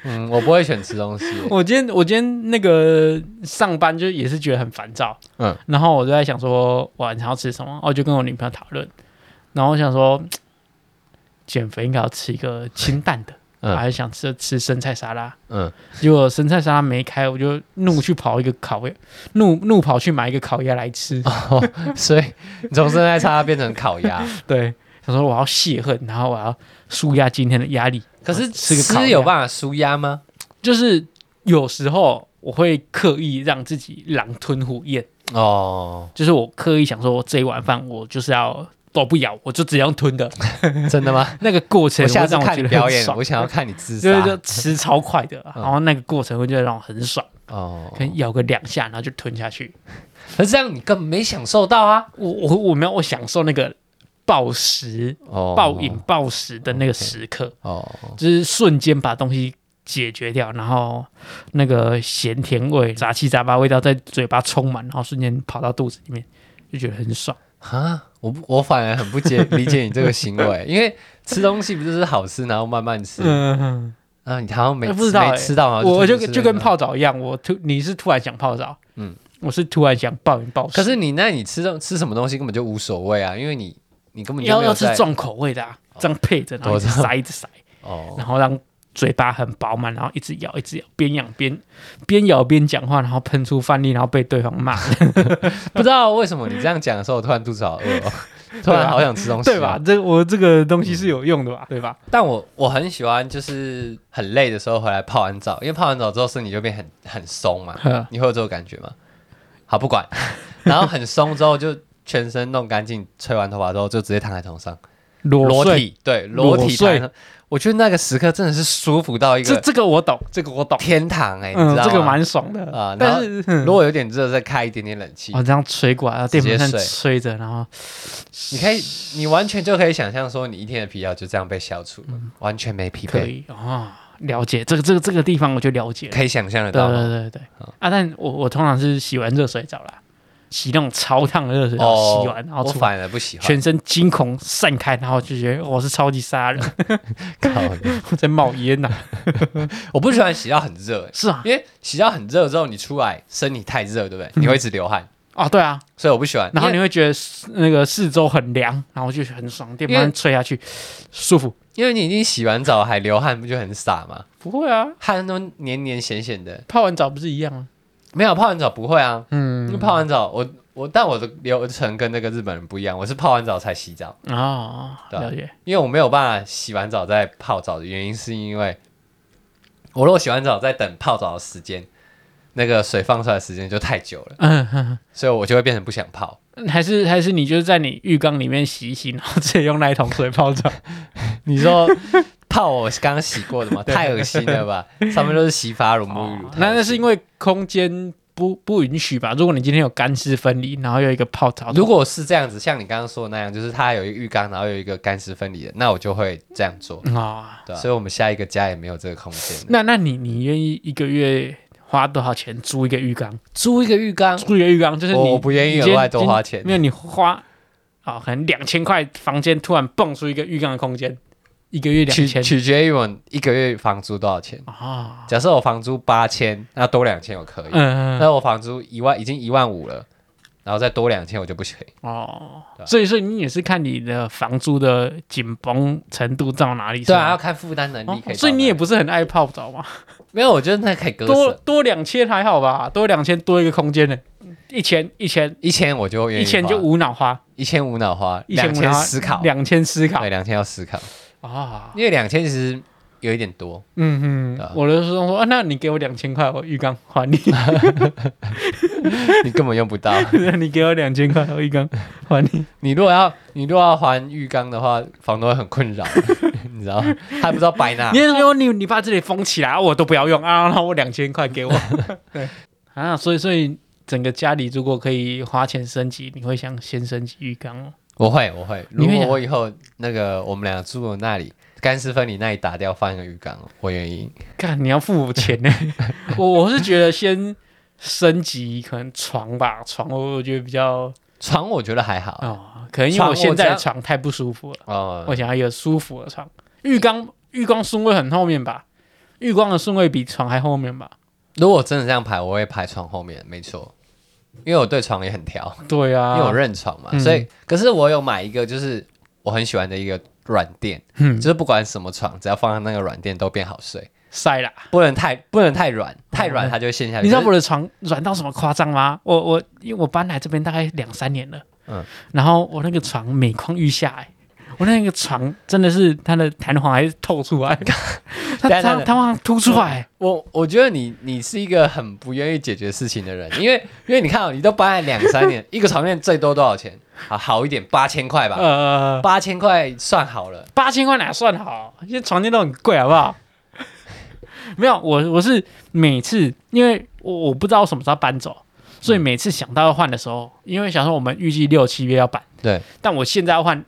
Speaker 1: 嗯，我不会选吃东西欸、
Speaker 2: (laughs) 我今天我今天那个上班就也是觉得很烦躁，
Speaker 1: 嗯
Speaker 2: 嗯，然后我就在想说晚上要吃什么，然后我就跟我女朋友讨论，然后我想说减肥应该要吃一个清淡的，
Speaker 1: 嗯
Speaker 2: 还是想吃吃生菜沙拉，
Speaker 1: 嗯，
Speaker 2: 结果生菜沙拉没开，我就怒去跑一个烤鸭，怒怒跑去买一个烤鸭来吃，
Speaker 1: 哦所以你从生菜叉变成烤鸭，
Speaker 2: 对，想说我要泄恨，然后我要舒压今天的压力，
Speaker 1: 可是
Speaker 2: 哦吃个烤
Speaker 1: 吃
Speaker 2: 鸭
Speaker 1: 有办法舒压吗？
Speaker 2: 就是有时候我会刻意让自己狼吞虎咽。
Speaker 1: 哦，
Speaker 2: 就是我刻意想说，我这一碗饭我就是要都不咬，我就只用
Speaker 1: (laughs)
Speaker 2: 吞的。
Speaker 1: (laughs) 真的吗？
Speaker 2: 那个过程
Speaker 1: 我下次
Speaker 2: 会让我
Speaker 1: 看
Speaker 2: 觉
Speaker 1: 你
Speaker 2: 得
Speaker 1: 表
Speaker 2: 很
Speaker 1: 演，
Speaker 2: 爽，
Speaker 1: 我想要看你自
Speaker 2: 就是就
Speaker 1: 杀。
Speaker 2: 吃超快的，
Speaker 1: 嗯
Speaker 2: 然后那个过程会就让我很爽，
Speaker 1: 哦，
Speaker 2: 可能咬个两下，然后就吞下去。
Speaker 1: 可是这样你根本没享受到啊。
Speaker 2: 我我我没有，我享受那个暴食、
Speaker 1: 哦，
Speaker 2: 暴饮暴食的那个时刻，
Speaker 1: 哦，
Speaker 2: 就是瞬间把东西。解决掉，然后那个咸甜味、杂七杂八味道在嘴巴充满，然后瞬间跑到肚子里面，就觉得很爽。
Speaker 1: 啊，我不我反而很不解理解你这个行
Speaker 2: (laughs)
Speaker 1: 为，因为吃东西不就是好吃，然后慢慢吃，
Speaker 2: 嗯，
Speaker 1: 啊，你好像没
Speaker 2: 哎不知道
Speaker 1: 没
Speaker 2: 哎
Speaker 1: 吃到，然后
Speaker 2: 我就
Speaker 1: 突然吃
Speaker 2: 就跟
Speaker 1: 了
Speaker 2: 泡澡一样，我突你是突然想泡澡，
Speaker 1: 嗯
Speaker 2: 嗯，我是突然想暴饮暴食。
Speaker 1: 可是你那你吃这吃什么东西根本就无所谓啊，因为你你根本就
Speaker 2: 要
Speaker 1: 没
Speaker 2: 要
Speaker 1: 有
Speaker 2: 吃
Speaker 1: 在哦
Speaker 2: 重口味的、啊，这样配着，然后一直
Speaker 1: 我知道
Speaker 2: 塞一直塞，
Speaker 1: 哦
Speaker 2: 然后让嘴巴很饱满，然后一直咬一直咬，边咬边边咬边讲话，然后喷出饭粒，然后被对方骂，
Speaker 1: 不知道为什么你这样讲的时候，我突然肚子好饿、
Speaker 2: (laughs)
Speaker 1: 哦，突然好想吃东西、啊
Speaker 2: 啊对吧？？这我这个东西是有用的吧？对吧？
Speaker 1: 但我我很喜欢，就是很累的时候回来泡完澡，因为泡完澡之后身体就变很很松
Speaker 2: (laughs)
Speaker 1: 嘛，
Speaker 2: 呵
Speaker 1: 你会有这种感觉吗？好，不管， (laughs) 然后很松之后就全身弄干净，吹完头发之后就直接躺在床上，裸
Speaker 2: 裸睡，
Speaker 1: 体，对，裸体
Speaker 2: 裸睡
Speaker 1: 躺在。我觉得那个时刻真的是舒服到一
Speaker 2: 这
Speaker 1: 个
Speaker 2: 这个我懂，这个我懂，
Speaker 1: 天堂哎、你知
Speaker 2: 嗯，
Speaker 1: 道吗？
Speaker 2: 这个蛮爽的 (laughs)
Speaker 1: 啊然后
Speaker 2: 但
Speaker 1: (laughs)
Speaker 2: 是嗯
Speaker 1: 如果有点热，再开一点点冷气
Speaker 2: 哦，这样吹过来，然后电
Speaker 1: 直接
Speaker 2: 风扇
Speaker 1: 睡
Speaker 2: 吹着，然后
Speaker 1: 你可以，你完全就可以想象说，你一天的疲劳就这样被消除了，完全没疲
Speaker 2: 嗯可
Speaker 1: 惫，
Speaker 2: 以啊、了解这个这个这个地方我就了解了。
Speaker 1: 可以想象得
Speaker 2: 对
Speaker 1: 到嗯
Speaker 2: 对
Speaker 1: 吗？
Speaker 2: 对对啊！但我我通常是洗完热水澡啦，洗那种超烫的热水澡，洗完然后
Speaker 1: 哦我
Speaker 2: 出来，
Speaker 1: 反而不喜欢。
Speaker 2: 全身惊恐散开，然后就觉得我是超级杀
Speaker 1: (laughs)
Speaker 2: 人，
Speaker 1: 靠
Speaker 2: 我在冒烟呐、
Speaker 1: (laughs) 我不喜欢洗到很热、欸
Speaker 2: 是啊，
Speaker 1: 因为洗到很热之后，你出来身体太热，对不对？你会一直流汗，
Speaker 2: 哦对啊，
Speaker 1: 所以我不喜欢。
Speaker 2: 然后你
Speaker 1: 因为
Speaker 2: 会觉得四那个四周很凉，然后就很爽，电
Speaker 1: 因为
Speaker 2: 风扇吹下去舒服。
Speaker 1: 因为你已经洗完澡还流汗，不就很傻吗？
Speaker 2: 不会啊，
Speaker 1: 汗都黏黏咸咸的。
Speaker 2: 泡完澡不是一样吗？啊
Speaker 1: 没有泡完澡不会啊，因为
Speaker 2: 嗯
Speaker 1: 泡完澡我我但我的流程跟那个日本人不一样，我是泡完澡才洗澡。
Speaker 2: 哦，
Speaker 1: 对啊
Speaker 2: 了解，
Speaker 1: 因为我没有办法洗完澡再泡澡的原因，是因为我如果洗完澡再等泡澡的时间，那个水放出来的时间就太久了，
Speaker 2: 嗯哼
Speaker 1: 所以我就会变成不想泡。
Speaker 2: 哼， (laughs) 还是还是你就是在你浴缸里面洗一洗，然后直接用那一桶水
Speaker 1: (laughs)
Speaker 2: 泡澡。
Speaker 1: 你说 (laughs) 泡我刚刚洗过的吗？太恶心了吧！上面都是洗发乳、沐浴乳
Speaker 2: 哦，那那是因
Speaker 1: 为
Speaker 2: 为空间不不允许吧？如果你今天有干湿分离，然后有一个泡澡，
Speaker 1: 如果是这样子，像你刚刚说的那样，就是它有一个浴缸，然后有一个干湿分离的，那我就会这样做。
Speaker 2: 嗯啊、
Speaker 1: 对啊、所以我们下一个家也没有这个空间了。
Speaker 2: 那那你你愿意一个月花多少钱租一个浴缸？
Speaker 1: 租一个浴缸，
Speaker 2: 租一个浴缸就是你
Speaker 1: 我我不愿意额外多花钱
Speaker 2: 因为你花哦，可能两千块房间突然蹦出一个浴缸的空间，一个月两
Speaker 1: 取
Speaker 2: 千
Speaker 1: 取决于我一个月房租多少钱。
Speaker 2: 啊，
Speaker 1: 假设我房租八千，那多两千我可以。
Speaker 2: 嗯、
Speaker 1: 那我房租一万，已经一万五了，然后再多两千我就不行。
Speaker 2: 哦
Speaker 1: 对啊，
Speaker 2: 所以所以你也是看你的房租的紧绷程度到哪里，
Speaker 1: 对啊，要
Speaker 2: 是吗。
Speaker 1: 看负担能力可以到哪
Speaker 2: 哦
Speaker 1: 里。
Speaker 2: 所以你也不是很爱泡澡嘛？
Speaker 1: 没有，我觉得那可以割
Speaker 2: 多
Speaker 1: 舍。
Speaker 2: 多两千还好吧，多两千多一个空间呢，一千一千
Speaker 1: 一千我就愿意
Speaker 2: 一
Speaker 1: 花，
Speaker 2: 千就无脑花，
Speaker 1: 一千无脑花，
Speaker 2: 一千
Speaker 1: 两
Speaker 2: 无脑
Speaker 1: 千
Speaker 2: 花
Speaker 1: 思考，
Speaker 2: 两千思考
Speaker 1: 对，两千要思考，
Speaker 2: 啊，
Speaker 1: 因为两千其实有一点多。 (laughs)
Speaker 2: 嗯
Speaker 1: 对啊
Speaker 2: 嗯，我的师兄说，啊那你给我两千块，我浴缸还你， (laughs)
Speaker 1: 你根本用不到。 (laughs)
Speaker 2: 你给我两千块，我浴缸还你，
Speaker 1: 你如果要你如果要还浴缸的话，房东会很困扰。你 (laughs) 你知道吗？他不知道摆哪
Speaker 2: 你。说你你把这里封起来，我都不要用啊， (laughs) 那我两千块给我。 (laughs) 对啊，所以所以整个家里如果可以花钱升级，你会想先升级浴缸哦。
Speaker 1: 我会，我会。
Speaker 2: 你
Speaker 1: 如
Speaker 2: 会
Speaker 1: 果
Speaker 2: 想
Speaker 1: 我以后那个我们俩住的那里，干湿分离那里打掉放一个浴缸，我愿意。
Speaker 2: 干，你要付我钱 (laughs) 呢？我我是觉得先升级可能床吧，床我我觉得比较
Speaker 1: 床我觉得还好，
Speaker 2: 哦，可能因为
Speaker 1: 床
Speaker 2: 我现
Speaker 1: 我
Speaker 2: 在
Speaker 1: 家
Speaker 2: 的床太不舒服了，
Speaker 1: 哦、
Speaker 2: 我想要一个舒服的床。浴缸浴缸顺位很后面吧？浴缸的顺位比床还后面吧？
Speaker 1: 如果真的这样排，我会排床后面，没错，因为我对床也很挑，
Speaker 2: 对啊，
Speaker 1: 因为我认床嘛，
Speaker 2: 嗯
Speaker 1: 所以可是我有买一个，就是我很喜欢的一个软垫，
Speaker 2: 嗯
Speaker 1: 就是不管什么床，只要放在那个软垫都变好睡，
Speaker 2: 晒啦。
Speaker 1: 不能太不能太软，太
Speaker 2: 哦
Speaker 1: 软
Speaker 2: 那
Speaker 1: 它就会陷下去。
Speaker 2: 你知道
Speaker 1: 就
Speaker 2: 我
Speaker 1: 哎是
Speaker 2: 的床软到什么夸张吗？我我因为我搬来这边大概两三年了，嗯
Speaker 1: 嗯，
Speaker 2: 然后我那个床每况愈下、欸，我那个床真的是它的弹簧还是透出
Speaker 1: (laughs)
Speaker 2: 来，它
Speaker 1: 等一下
Speaker 2: 它
Speaker 1: 等一下
Speaker 2: 它往上凸出来、
Speaker 1: 我我觉得你你是一个很不愿意解决事情的人，因为 (laughs) 因为你看、哦，你都搬了两三年，一个床垫最多多少钱？好好一点，八千块吧，哦
Speaker 2: 呃，
Speaker 1: 八千块算好了。
Speaker 2: 八千块哪算好？现在床垫都很贵，好不好？ (laughs) 没有，我我是每次，因为我我不知道什么时候搬走，所以每次想到要换的时候，因为想说我们预计六七月要搬，
Speaker 1: 对，
Speaker 2: 但我现在要换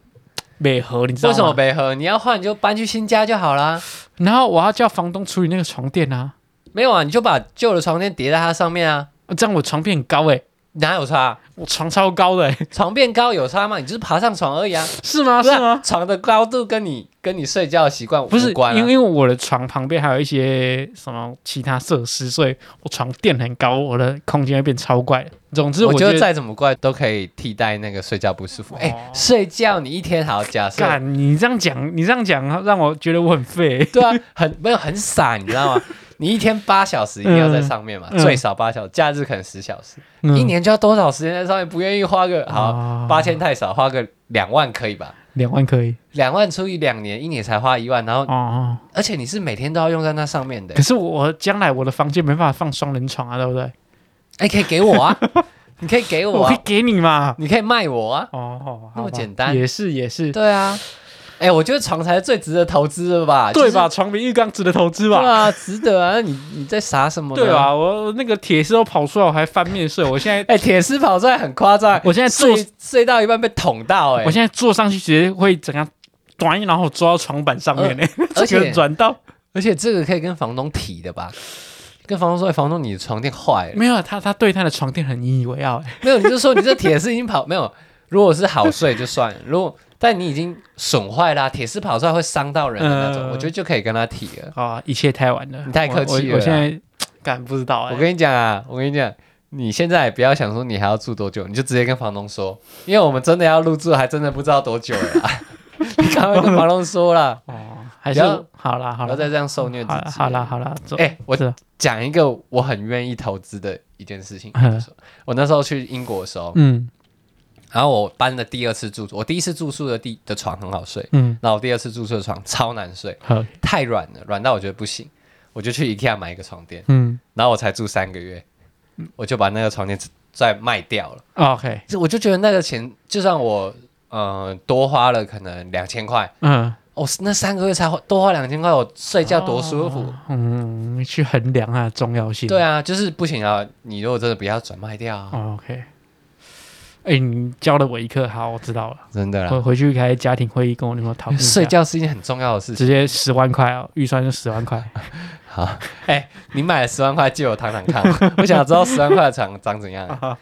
Speaker 2: 每盒，你知道
Speaker 1: 为
Speaker 2: 吗？
Speaker 1: 什么北河你要换你就搬去新家就好啦？
Speaker 2: 然后我要叫房东处理那个床垫啊，
Speaker 1: 没有啊，你就把旧的床垫叠在它上面啊，
Speaker 2: 这样我床变很高哎、
Speaker 1: 哪有差啊、
Speaker 2: 我床超高的、欸，
Speaker 1: 床变高有差吗？你就是爬上床而已啊，
Speaker 2: (laughs) 是吗？
Speaker 1: 不是
Speaker 2: 是
Speaker 1: 啊
Speaker 2: 吗？
Speaker 1: 床的高度跟你跟你睡觉的习惯
Speaker 2: 不是
Speaker 1: 无，关、啊，
Speaker 2: 因为因为我的床旁边还有一些什么其他设施，所以我床垫很高，我的空间会变超怪。总之，
Speaker 1: 我觉
Speaker 2: 觉
Speaker 1: 得
Speaker 2: 得
Speaker 1: 再怎么怪都可以替代那个睡觉不舒服。哎、
Speaker 2: 哦
Speaker 1: 睡觉你一天好假设。
Speaker 2: 干你这样讲，你这样讲让我觉得我很废、欸
Speaker 1: 对啊，很没有很傻，你知道
Speaker 2: (laughs)
Speaker 1: 吗？你一天八小时一定要在上面嘛，
Speaker 2: 嗯嗯
Speaker 1: 最少八小时，假日可能十小时，
Speaker 2: 嗯
Speaker 1: 一年就要多少时间在上面？不愿意花个好
Speaker 2: 啊
Speaker 1: 八千太少，花个两万可以吧？
Speaker 2: 两万可以
Speaker 1: 两万除以两年，一年才花一万，然后、
Speaker 2: 哦。
Speaker 1: 而且你是每天都要用在那上面的
Speaker 2: 可，是我将来我的房间没办法放双人床啊，对不对？
Speaker 1: 哎、可以给我啊，你可以给我、
Speaker 2: (laughs) 我可以
Speaker 1: 啊，
Speaker 2: 给你嘛。
Speaker 1: 你可以卖我啊，
Speaker 2: 哦，
Speaker 1: 那么
Speaker 2: 好吧
Speaker 1: 简单
Speaker 2: 也是也是，
Speaker 1: 对啊，哎、我觉得床才是最值得投资的吧？
Speaker 2: 对
Speaker 1: 就是
Speaker 2: 吧？床比浴缸值得投资吧？
Speaker 1: 对啊，值得啊！那你你在傻什么呢？
Speaker 2: 对啊吧？我我那个铁丝都跑出来，我还翻面睡。我现在，
Speaker 1: 哎、铁丝跑出来很夸张，
Speaker 2: 我现在坐
Speaker 1: 睡睡到一半被捅到、哎，
Speaker 2: 我现在坐上去直接会怎样？短，然后抓到床板上面呢、
Speaker 1: 哎
Speaker 2: (laughs)
Speaker 1: 而
Speaker 2: 这个
Speaker 1: 且
Speaker 2: 转到
Speaker 1: 而且这个可以跟房东提的吧？跟房东说，哎房东你的床垫坏了，
Speaker 2: 没有啊他，他对他的床垫很引以为傲、 (laughs) 欸。
Speaker 1: 没有你就说你这铁丝已经跑没有，如果是好睡就算了，如果但你已经损坏啦、铁丝跑出来会伤到人的那种，
Speaker 2: 嗯
Speaker 1: 我觉得就可以跟他提了。
Speaker 2: 啊，一切太晚了，
Speaker 1: 你太客气
Speaker 2: 我我。我
Speaker 1: 了啦
Speaker 2: 现在敢不知道哎、
Speaker 1: 我跟你讲啊，我跟你讲，你现在也不要想说你还要住多久，你就直接跟房东说，因为我们真的要入住，还真的不知道多久了
Speaker 2: (laughs)
Speaker 1: 啊、你赶快跟房东说啦，
Speaker 2: 哦，还
Speaker 1: 不
Speaker 2: 是
Speaker 1: 要
Speaker 2: 好啦
Speaker 1: 不
Speaker 2: 好啦
Speaker 1: 要，再这样受虐自
Speaker 2: 好啦
Speaker 1: 己。
Speaker 2: 好啦好啦，走
Speaker 1: 哎、我
Speaker 2: 是啊
Speaker 1: 讲一个我很愿意投资的一件事情。
Speaker 2: 嗯
Speaker 1: 就是
Speaker 2: (laughs)
Speaker 1: 说我那时候去英国的时候，
Speaker 2: 嗯
Speaker 1: 然后我搬的第二次住宿，我第一次住宿的地的床很好睡，
Speaker 2: 嗯，
Speaker 1: 然后我第二次住宿的床超难睡，
Speaker 2: 好，
Speaker 1: 太软了，软到我觉得不行，我就去 IKEA 买一个床垫，
Speaker 2: 嗯
Speaker 1: 然后我才住三个月，我就把那个床垫再卖掉了。
Speaker 2: ，OK，
Speaker 1: 这我就觉得那个钱，就算我呃多花了可能两千块，
Speaker 2: 嗯，
Speaker 1: 哦，那三个月才花多花两千块，我睡觉多舒服。
Speaker 2: 嗯，去衡量它的重要性。
Speaker 1: 对啊，就是不行啊！你如果真的不要转卖掉啊、
Speaker 2: 哦，OK、o k 哎、你教了我一课，好，我知道了。
Speaker 1: 真的啦
Speaker 2: 我。回去开家庭会议，跟我女朋友讨论一下
Speaker 1: 睡，觉是一件很重要的事情。
Speaker 2: 直接十万块哦，预算是十
Speaker 1: (laughs)
Speaker 2: 万块。
Speaker 1: 好，哎、你买了十万块借我躺躺看，我想知道十万块的床长怎样、
Speaker 2: 哦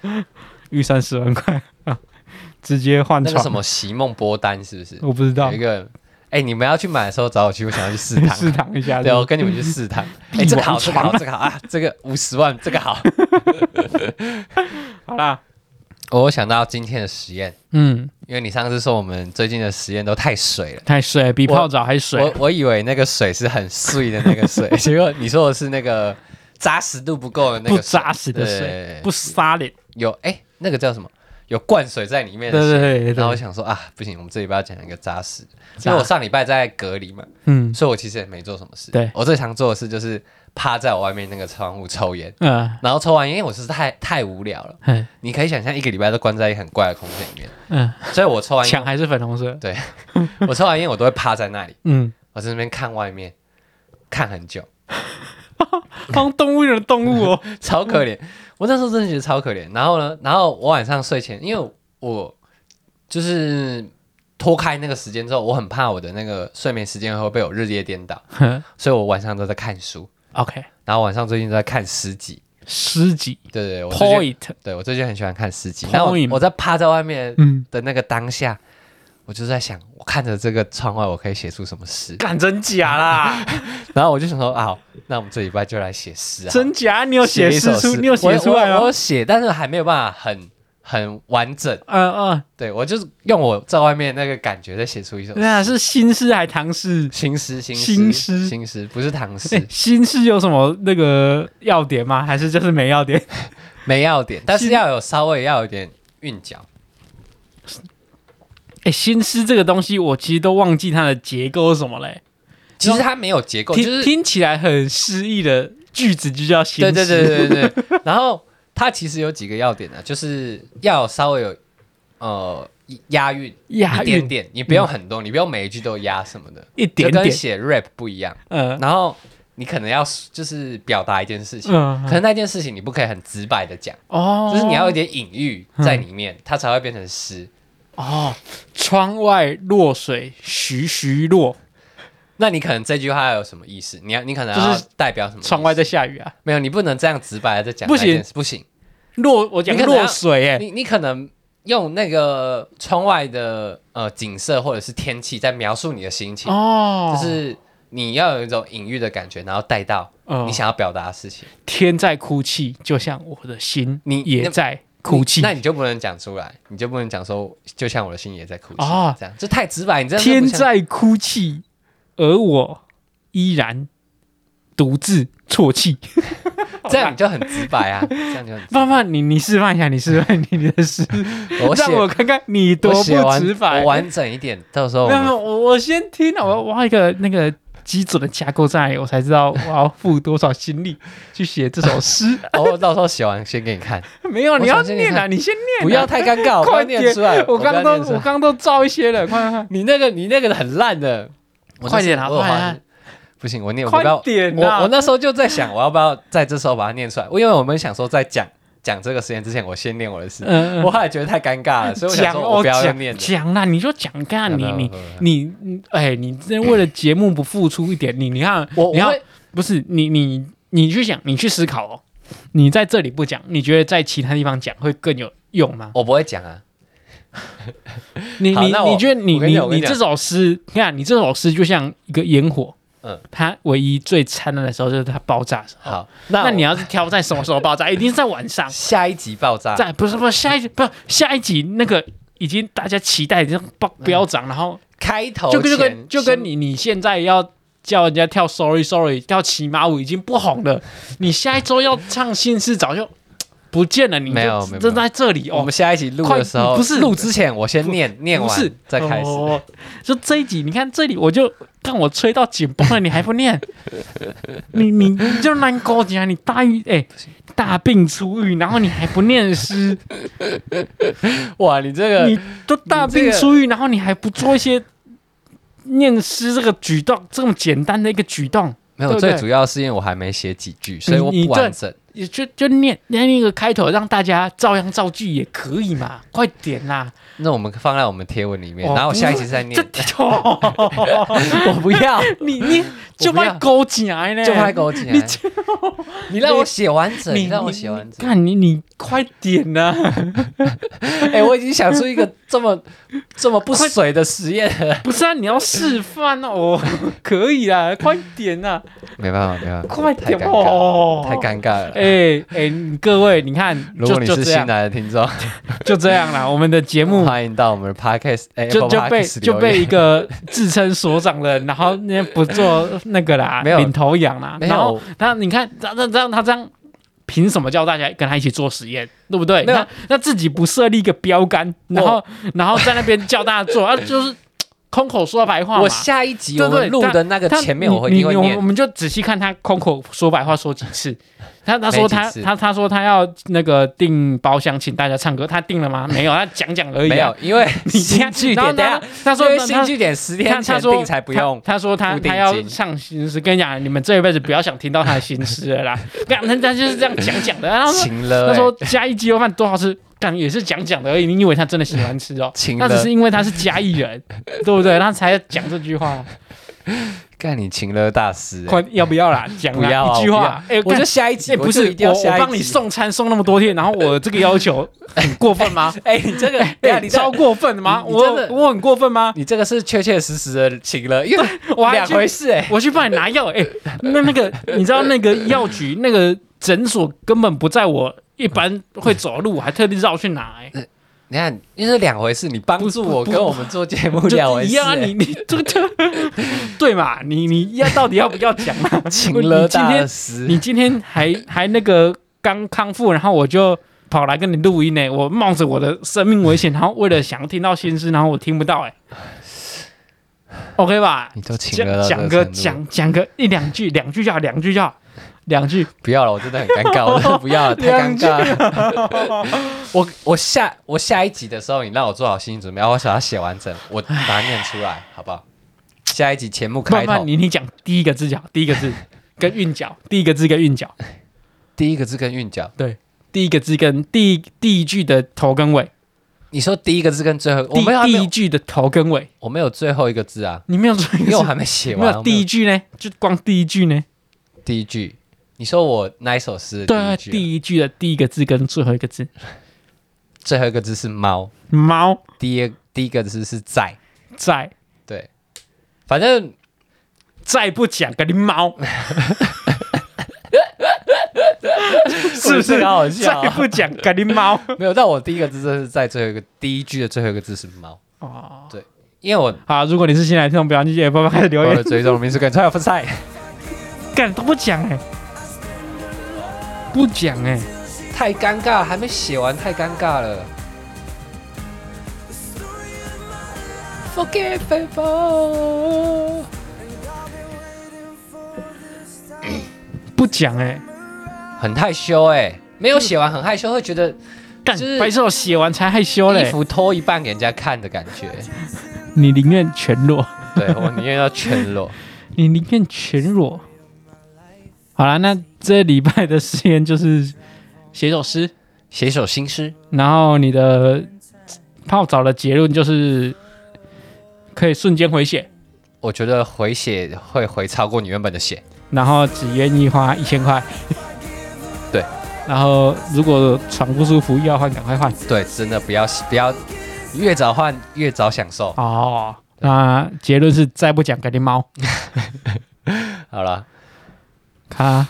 Speaker 2: 预算十万块，啊直接换
Speaker 1: 那个
Speaker 2: 床。
Speaker 1: 什么席梦波丹是不是？
Speaker 2: 我不知道
Speaker 1: 有一，个，哎、你们要去买的时候找我去，我想要去试躺。啊
Speaker 2: 试躺一下。
Speaker 1: 对，我跟你们去试
Speaker 2: (laughs)
Speaker 1: 躺。哎、这个好，这个好，这个好啊，这个五十万，这个好。
Speaker 2: 好啦，
Speaker 1: 我想到今天的实验，
Speaker 2: 嗯，
Speaker 1: 因为你上次说我们最近的实验都太水了。
Speaker 2: 太水，比
Speaker 1: 我
Speaker 2: 泡澡还水。
Speaker 1: 我我以为那个水是很碎的那个
Speaker 2: (laughs)
Speaker 1: 水，结果你说的是那个扎实度不够的那
Speaker 2: 不
Speaker 1: 个水
Speaker 2: 扎实的
Speaker 1: 对对
Speaker 2: 水
Speaker 1: 对，
Speaker 2: 不 solid。
Speaker 1: 有哎、那个叫什么？有灌水在里面
Speaker 2: 对
Speaker 1: 的
Speaker 2: 对
Speaker 1: 水。
Speaker 2: 对对
Speaker 1: 然后我
Speaker 2: 对，
Speaker 1: 想说啊，不行，我们这礼拜要讲一个扎实，
Speaker 2: 扎
Speaker 1: 因为我上礼拜在隔离嘛，
Speaker 2: 嗯
Speaker 1: 所以我其实也没做什么事。
Speaker 2: 对
Speaker 1: 我最常做的事就是趴在我外面那个窗户抽烟，
Speaker 2: 嗯
Speaker 1: 然后抽完烟，因为我是太太无聊了。
Speaker 2: 嗯
Speaker 1: 你可以想象一个礼拜都关在一个很怪的空间里面，
Speaker 2: 嗯，
Speaker 1: 所以我抽完
Speaker 2: 墙
Speaker 1: 烟，
Speaker 2: 还是粉红色。
Speaker 1: 我抽完烟我都会趴在那里，
Speaker 2: 嗯
Speaker 1: 我在那边看外面，看很久，
Speaker 2: 好像动物园的动物
Speaker 1: (laughs)
Speaker 2: 哦。
Speaker 1: 超可怜。我那时候真的觉得超可怜。然后呢，然后我晚上睡前，因为我就是脱开那个时间之后，我很怕我的那个睡眠时间会被我日夜颠倒，所以我晚上都在看书。
Speaker 2: OK，
Speaker 1: 然后晚上最近都在看诗集，
Speaker 2: 诗集
Speaker 1: 对对对，我最近
Speaker 2: point，
Speaker 1: 对我最近很喜欢看诗集。
Speaker 2: Poem
Speaker 1: 然后我我在趴在外面
Speaker 2: 嗯，
Speaker 1: 的那个当下，我就在想，我看着这个窗外，我可以写出什么诗？
Speaker 2: 干真
Speaker 1: (laughs)
Speaker 2: 假啦？
Speaker 1: 然后我就想说，啊，那我们这礼拜就来写诗啊。
Speaker 2: 真假？你有写
Speaker 1: 写一首
Speaker 2: 诗出？你有
Speaker 1: 我
Speaker 2: 写出来哦
Speaker 1: 我我
Speaker 2: 吗
Speaker 1: 有？写，但是还没有办法很很完整。
Speaker 2: 嗯嗯，
Speaker 1: 对我就是用我在外面那个感觉，再写出一首
Speaker 2: 那啊是新诗还唐诗？
Speaker 1: 新诗，新诗，
Speaker 2: 新诗
Speaker 1: 新诗，不是唐
Speaker 2: 哎
Speaker 1: 诗，
Speaker 2: 新诗有什么那个要点吗？还是就是没要点？ (laughs)
Speaker 1: 没要点，但是要有稍微要有点韵脚。
Speaker 2: 哎，新诗这个东西，我其实都忘记它的结构是什么嘞。
Speaker 1: 其实它没有结构，就
Speaker 2: 听、
Speaker 1: 是
Speaker 2: 听起来很诗意的句子就叫新
Speaker 1: 对对
Speaker 2: 诗。
Speaker 1: 对对对对。然后它其实有几个要点啊，就是要稍微有呃押韵
Speaker 2: 押
Speaker 1: 一点
Speaker 2: 韵
Speaker 1: 点，你不用很多，你不用每一句都押什么的，
Speaker 2: 嗯一点
Speaker 1: 就跟
Speaker 2: 点，
Speaker 1: 写 rap 不一样。
Speaker 2: 嗯
Speaker 1: 然后你可能要就是表达一件事情，
Speaker 2: 嗯
Speaker 1: 可能那件事情你不可以很直白的讲，
Speaker 2: 哦，
Speaker 1: 就是你要有点隐喻在
Speaker 2: 嗯
Speaker 1: 里面，它才会变成诗。
Speaker 2: 哦，窗外落水徐徐落，
Speaker 1: 那你可能这句话要有什么意思？你要你可能
Speaker 2: 就
Speaker 1: 要
Speaker 2: 是
Speaker 1: 代表什么意思？
Speaker 2: 窗外在下雨啊，
Speaker 1: 没有，你不能这样直白的在讲
Speaker 2: 不
Speaker 1: 那
Speaker 2: 行
Speaker 1: 件事，不行，
Speaker 2: 落我讲
Speaker 1: 你可能要
Speaker 2: 落水哎、
Speaker 1: 你你可能用那个窗外的呃景色或者是天气在描述你的心情，
Speaker 2: 哦，
Speaker 1: 就是你要有一种隐喻的感觉，然后带到
Speaker 2: 哦
Speaker 1: 你想要表达的事情。
Speaker 2: 天在哭泣，就像我的心
Speaker 1: 你
Speaker 2: 也
Speaker 1: 那
Speaker 2: 在哭泣。
Speaker 1: 你那你就不能讲出来，你就不能讲说，就像我的心也在哭泣，
Speaker 2: 哦
Speaker 1: 这样这太直白，你这样就
Speaker 2: 天
Speaker 1: 不像
Speaker 2: 在哭泣，而我依然独自啜泣。
Speaker 1: 这样你就很直白啊，这样就很直白
Speaker 2: 范范，你你示范一下，你示范你的诗，
Speaker 1: 我
Speaker 2: (laughs)
Speaker 1: 写
Speaker 2: 让我看看你多
Speaker 1: 我写
Speaker 2: 不
Speaker 1: 完
Speaker 2: 直白
Speaker 1: 我。完整一点，到时候我
Speaker 2: 没有
Speaker 1: 们
Speaker 2: 没有，我我先听了，我我要一个那个基准的架构在，我才知道我要付多少心力去写这首诗。
Speaker 1: 哦，到时候写完先给你
Speaker 2: (laughs)
Speaker 1: 看，
Speaker 2: 没有，
Speaker 1: 我
Speaker 2: 你要
Speaker 1: 想先给
Speaker 2: 念啊，
Speaker 1: 他
Speaker 2: 你先念啊，
Speaker 1: 不要太尴尬，我
Speaker 2: (laughs) 快
Speaker 1: 快念
Speaker 2: 点
Speaker 1: 出来，
Speaker 2: 我刚
Speaker 1: 刚
Speaker 2: 刚都我刚都照一些了，快快
Speaker 1: 你那个你那个很烂的，我
Speaker 2: 快点啊
Speaker 1: 我有
Speaker 2: 快
Speaker 1: 画
Speaker 2: 啊
Speaker 1: 面不行，我念我
Speaker 2: 快
Speaker 1: 不要，
Speaker 2: 点
Speaker 1: 我
Speaker 2: 啊
Speaker 1: 我那时候就在想，我要不要在这时候把它念出来？因为我们想说在讲讲这个实验之前，我先念我的诗，
Speaker 2: 嗯嗯
Speaker 1: 我后来觉得太尴尬了，所以我想
Speaker 2: 讲
Speaker 1: 说
Speaker 2: 哦
Speaker 1: 我不要用
Speaker 2: 讲
Speaker 1: 念了。
Speaker 2: 讲啦，你就讲干你
Speaker 1: (laughs) 不要
Speaker 2: 你
Speaker 1: 不要不要
Speaker 2: 你你哎，你这为了节目不付出一点，你你看
Speaker 1: 我我
Speaker 2: 你要
Speaker 1: 会
Speaker 2: 不是你你你去想，你去思考哦。你在这里不讲，你觉得在其他地方讲会更有用吗？
Speaker 1: 我不会讲啊，
Speaker 2: 你
Speaker 1: 好
Speaker 2: 你
Speaker 1: 那我
Speaker 2: 你觉得你
Speaker 1: 我跟你
Speaker 2: 你
Speaker 1: 讲我跟
Speaker 2: 你
Speaker 1: 你讲
Speaker 2: 这首诗，你看你这首诗就像一个烟火，
Speaker 1: 嗯，
Speaker 2: 它唯一最灿烂的时候就是它爆炸的时候。
Speaker 1: 好，
Speaker 2: 那
Speaker 1: 那
Speaker 2: 你
Speaker 1: 你
Speaker 2: 要是挑在什么时候爆
Speaker 1: (laughs)
Speaker 2: 炸，一定是在晚上，
Speaker 1: 下一集爆炸，
Speaker 2: 在不是不是下一集不是下一集那个已经大家期待已经爆
Speaker 1: 嗯
Speaker 2: 飙涨，然后
Speaker 1: 开头
Speaker 2: 就
Speaker 1: 前
Speaker 2: 就跟就跟
Speaker 1: 先
Speaker 2: 你你现在要叫人家跳 Sorry Sorry 跳骑马舞已经不红了，你下一周要唱新诗早就不见了，你就
Speaker 1: 没有没有
Speaker 2: 正在这里
Speaker 1: 我
Speaker 2: 哦
Speaker 1: 们。下一集录的时
Speaker 2: 快
Speaker 1: 候，
Speaker 2: 不是
Speaker 1: 录之前，我先念念
Speaker 2: 不是
Speaker 1: 完再开始。
Speaker 2: 哦就这一集，你看这里我就让我吹到紧绷了，你还不
Speaker 1: (laughs)
Speaker 2: 念？你你你就乱勾结啊！你大狱哎、大病初愈，然后你还不
Speaker 1: (laughs)
Speaker 2: 念诗，
Speaker 1: 哇，你这个
Speaker 2: 你都大病初愈，然后你还不做一些念诗这个举动，这么简单的一个举动，
Speaker 1: 没
Speaker 2: 对
Speaker 1: 有，
Speaker 2: 不对
Speaker 1: 最主要是因为我还没写几句，所以我
Speaker 2: 你
Speaker 1: 不完整。
Speaker 2: 也就就念念一个开头，让大家照样造句也可以嘛，快点啦！
Speaker 1: 那我们放在我们贴文里面，
Speaker 2: 哦
Speaker 1: 然后我下一集再
Speaker 2: 这
Speaker 1: (laughs) 念。
Speaker 2: 我
Speaker 1: 我不要，
Speaker 2: (laughs) 你你就
Speaker 1: 不要
Speaker 2: 快勾起来呢，
Speaker 1: 就怕给我剪。
Speaker 2: 你
Speaker 1: 你让我写完整，你让我写完整。
Speaker 2: 看你你快点呐、
Speaker 1: 哎，我已经想出一个这么这么不水的实验了。
Speaker 2: (laughs) 不是啊，你要示范哦， (laughs) 可以啊，快点
Speaker 1: (laughs)
Speaker 2: 呐、
Speaker 1: 没办法，没办法，
Speaker 2: 快
Speaker 1: 太
Speaker 2: 点
Speaker 1: 尴尬了，
Speaker 2: 哦，
Speaker 1: 太尴尬了。
Speaker 2: 哎哎、你各位，你看，
Speaker 1: 如果你
Speaker 2: 就是就这
Speaker 1: 新
Speaker 2: 样，
Speaker 1: 来的听众，
Speaker 2: 就这样
Speaker 1: (laughs)
Speaker 2: 啦。我们的节目
Speaker 1: 欢迎到我们的 podcast，哎
Speaker 2: 就
Speaker 1: Apple
Speaker 2: 就被
Speaker 1: Podcast
Speaker 2: 就被
Speaker 1: 留
Speaker 2: 一
Speaker 1: 言
Speaker 2: 个自称所长的，然后那不做那个啦，
Speaker 1: (laughs) 没有
Speaker 2: 领头羊啦，
Speaker 1: 没有
Speaker 2: 然后 (laughs) 他你看，这样这样这样他这样。凭什么叫大家跟他一起做实验，对不对？
Speaker 1: 没有
Speaker 2: 那那自己不设立一个标杆，然后然后在那边叫大家做，啊，就是空口说白话嘛。
Speaker 1: 我下一集
Speaker 2: 对
Speaker 1: 我
Speaker 2: 对
Speaker 1: 们录的那个
Speaker 2: 他
Speaker 1: 前面我会
Speaker 2: 你
Speaker 1: 一定
Speaker 2: 你
Speaker 1: 会
Speaker 2: 我
Speaker 1: 念
Speaker 2: 我，们就仔细看他空口说白话说几次。他他说
Speaker 1: 没几
Speaker 2: 他
Speaker 1: 次
Speaker 2: 他他说他要那个订包厢请大家唱歌，他订了吗？没有，他讲讲而已、啊。
Speaker 1: 没有，因为
Speaker 2: (laughs) 你
Speaker 1: 新据
Speaker 2: 然后
Speaker 1: 点，等下
Speaker 2: 他他说
Speaker 1: 因为
Speaker 2: 他
Speaker 1: 新据点十
Speaker 2: 他
Speaker 1: 天
Speaker 2: 他
Speaker 1: 前
Speaker 2: 说
Speaker 1: 定才不用，
Speaker 2: 他他说他
Speaker 1: 付定
Speaker 2: 他要
Speaker 1: 金
Speaker 2: 上心思，跟你讲，你们这一辈子不要想听到他的心思了啦。
Speaker 1: (laughs)
Speaker 2: 干，他他就是这样讲讲的。啊然后他说
Speaker 1: 晴了欸，
Speaker 2: 他说嘉义鸡肉饭多好吃，干也是讲讲的而已。你以为他真的喜欢吃
Speaker 1: (laughs)
Speaker 2: 哦？
Speaker 1: 晴
Speaker 2: 那
Speaker 1: 了
Speaker 2: 只是因为他是嘉义
Speaker 1: (laughs)
Speaker 2: 人，对不对？他才讲这句话。
Speaker 1: 干你晴了大师欸，
Speaker 2: 快要不要啦？讲啦
Speaker 1: 不要啊
Speaker 2: 一句话。哎，
Speaker 1: 我
Speaker 2: 干
Speaker 1: 就下一集，
Speaker 2: 哎不
Speaker 1: 我
Speaker 2: 是
Speaker 1: 就一定
Speaker 2: 我
Speaker 1: 要
Speaker 2: 我
Speaker 1: 下一
Speaker 2: 帮你
Speaker 1: 集。
Speaker 2: 送餐送那么多天，然后我这个要求很过分吗？
Speaker 1: (laughs) 哎，你这个，对啊，
Speaker 2: 啊哎，
Speaker 1: 你这
Speaker 2: 超过分的吗？
Speaker 1: 你你真
Speaker 2: 我
Speaker 1: 的
Speaker 2: 我很过分吗？
Speaker 1: 你这个是确确实实的晴了，因为
Speaker 2: 我还
Speaker 1: 两
Speaker 2: 去
Speaker 1: 回事哎。
Speaker 2: (laughs) 我去帮你拿药，哎、那那个你知道那个药局那个诊所根本不在我一般会走的路，我还特地绕去拿、
Speaker 1: (laughs)
Speaker 2: 哎，
Speaker 1: 你看，因为是两回事，你帮助我跟我们做节目两
Speaker 2: 就
Speaker 1: 回
Speaker 2: 一
Speaker 1: 事
Speaker 2: 样啊，
Speaker 1: 欸，
Speaker 2: 你你 (laughs) 这个对嘛？你你要到底要不要讲
Speaker 1: (laughs)
Speaker 2: 啊？
Speaker 1: 晴
Speaker 2: 我
Speaker 1: 了
Speaker 2: 你今
Speaker 1: 大
Speaker 2: 天
Speaker 1: 师
Speaker 2: 你，今天还还那个刚康复，然后我就。跑来跟你录音呢、哎我冒着我的生命危险，然后为了想听到心事，然后我听不到、
Speaker 1: (sighs)
Speaker 2: 哎，OK 吧？
Speaker 1: 你都晴
Speaker 2: 讲
Speaker 1: 了到这
Speaker 2: 讲
Speaker 1: 个
Speaker 2: 个
Speaker 1: 程度，
Speaker 2: 讲讲个一两句，两句就好，两句就好，两句。
Speaker 1: 不要了，我真的很尴尬，我真的不要了，太尴尬了。 (laughs) 我我下我下一集的时候，你让我做好心理准备，我想要写完整，我把它念出来，好不好？下一集节目
Speaker 2: 慢
Speaker 1: 开
Speaker 2: 慢，
Speaker 1: 头
Speaker 2: 你你讲第一个字就好，第一个
Speaker 1: (laughs)
Speaker 2: 字跟韵脚，第一个字跟韵脚，
Speaker 1: 第一个字跟韵脚，
Speaker 2: 对，第一个字跟第一第一句的头跟尾，
Speaker 1: 你说第一个字跟最后，我
Speaker 2: 第
Speaker 1: 没有还没
Speaker 2: 第一
Speaker 1: 有
Speaker 2: 句的头跟尾，
Speaker 1: 我没有最后一个字
Speaker 2: (laughs)
Speaker 1: 啊，
Speaker 2: 你没有做一
Speaker 1: 因为我
Speaker 2: 个
Speaker 1: 还
Speaker 2: 字，
Speaker 1: 没写
Speaker 2: 没
Speaker 1: 完。
Speaker 2: 有
Speaker 1: 我没
Speaker 2: 第
Speaker 1: 有
Speaker 2: 一句呢，就光第一句呢，
Speaker 1: 第一句，你说我那一首诗
Speaker 2: 对
Speaker 1: 的
Speaker 2: 啊，
Speaker 1: 第一句啊，
Speaker 2: 第一句的第一个字跟最后一个字，
Speaker 1: 最后一个字是猫，
Speaker 2: 猫
Speaker 1: 第二第一个字是在，
Speaker 2: 在
Speaker 1: 对，反正
Speaker 2: 再不讲跟
Speaker 1: (laughs)
Speaker 2: 你猫。是不
Speaker 1: 我觉
Speaker 2: 是
Speaker 1: 得好好笑啊
Speaker 2: 再不讲，赶紧猫
Speaker 1: (laughs) 没有，但我第一个字真的是在最后一个第一句的最后一个字是猫，
Speaker 2: 哦！
Speaker 1: 因为我
Speaker 2: 好，如果你是新来的听众，不要忘记也帮忙开始留
Speaker 1: 我的
Speaker 2: 言，
Speaker 1: 追踪名字跟蔡小分赛。
Speaker 2: 干都不讲哎、不讲哎、
Speaker 1: 太尴尬，还没写完，太尴尬了。Forget people。
Speaker 2: 不讲哎、欸，
Speaker 1: 很害羞哎、没有写完很害羞，会觉得
Speaker 2: 干
Speaker 1: 就是
Speaker 2: 白手写完才害羞
Speaker 1: 衣
Speaker 2: 嘞，
Speaker 1: 服脱一半给人家看的感觉。
Speaker 2: 你宁愿全裸， (laughs)
Speaker 1: 对我宁愿要全裸。
Speaker 2: 你宁愿全裸。好了，那这礼拜的实验就是写首诗，
Speaker 1: 写一首新诗，
Speaker 2: 然后你的泡澡的结论就是可以瞬间回血，
Speaker 1: 我觉得回写会回超过你原本的写。
Speaker 2: 然后只愿意花一千块。
Speaker 1: 对，
Speaker 2: 然后如果床不舒服要换，赶快换。
Speaker 1: 对，真的不要不要，越早换越早享受。
Speaker 2: 哦，那结论是再不讲给你猫。
Speaker 1: 好了，
Speaker 2: 卡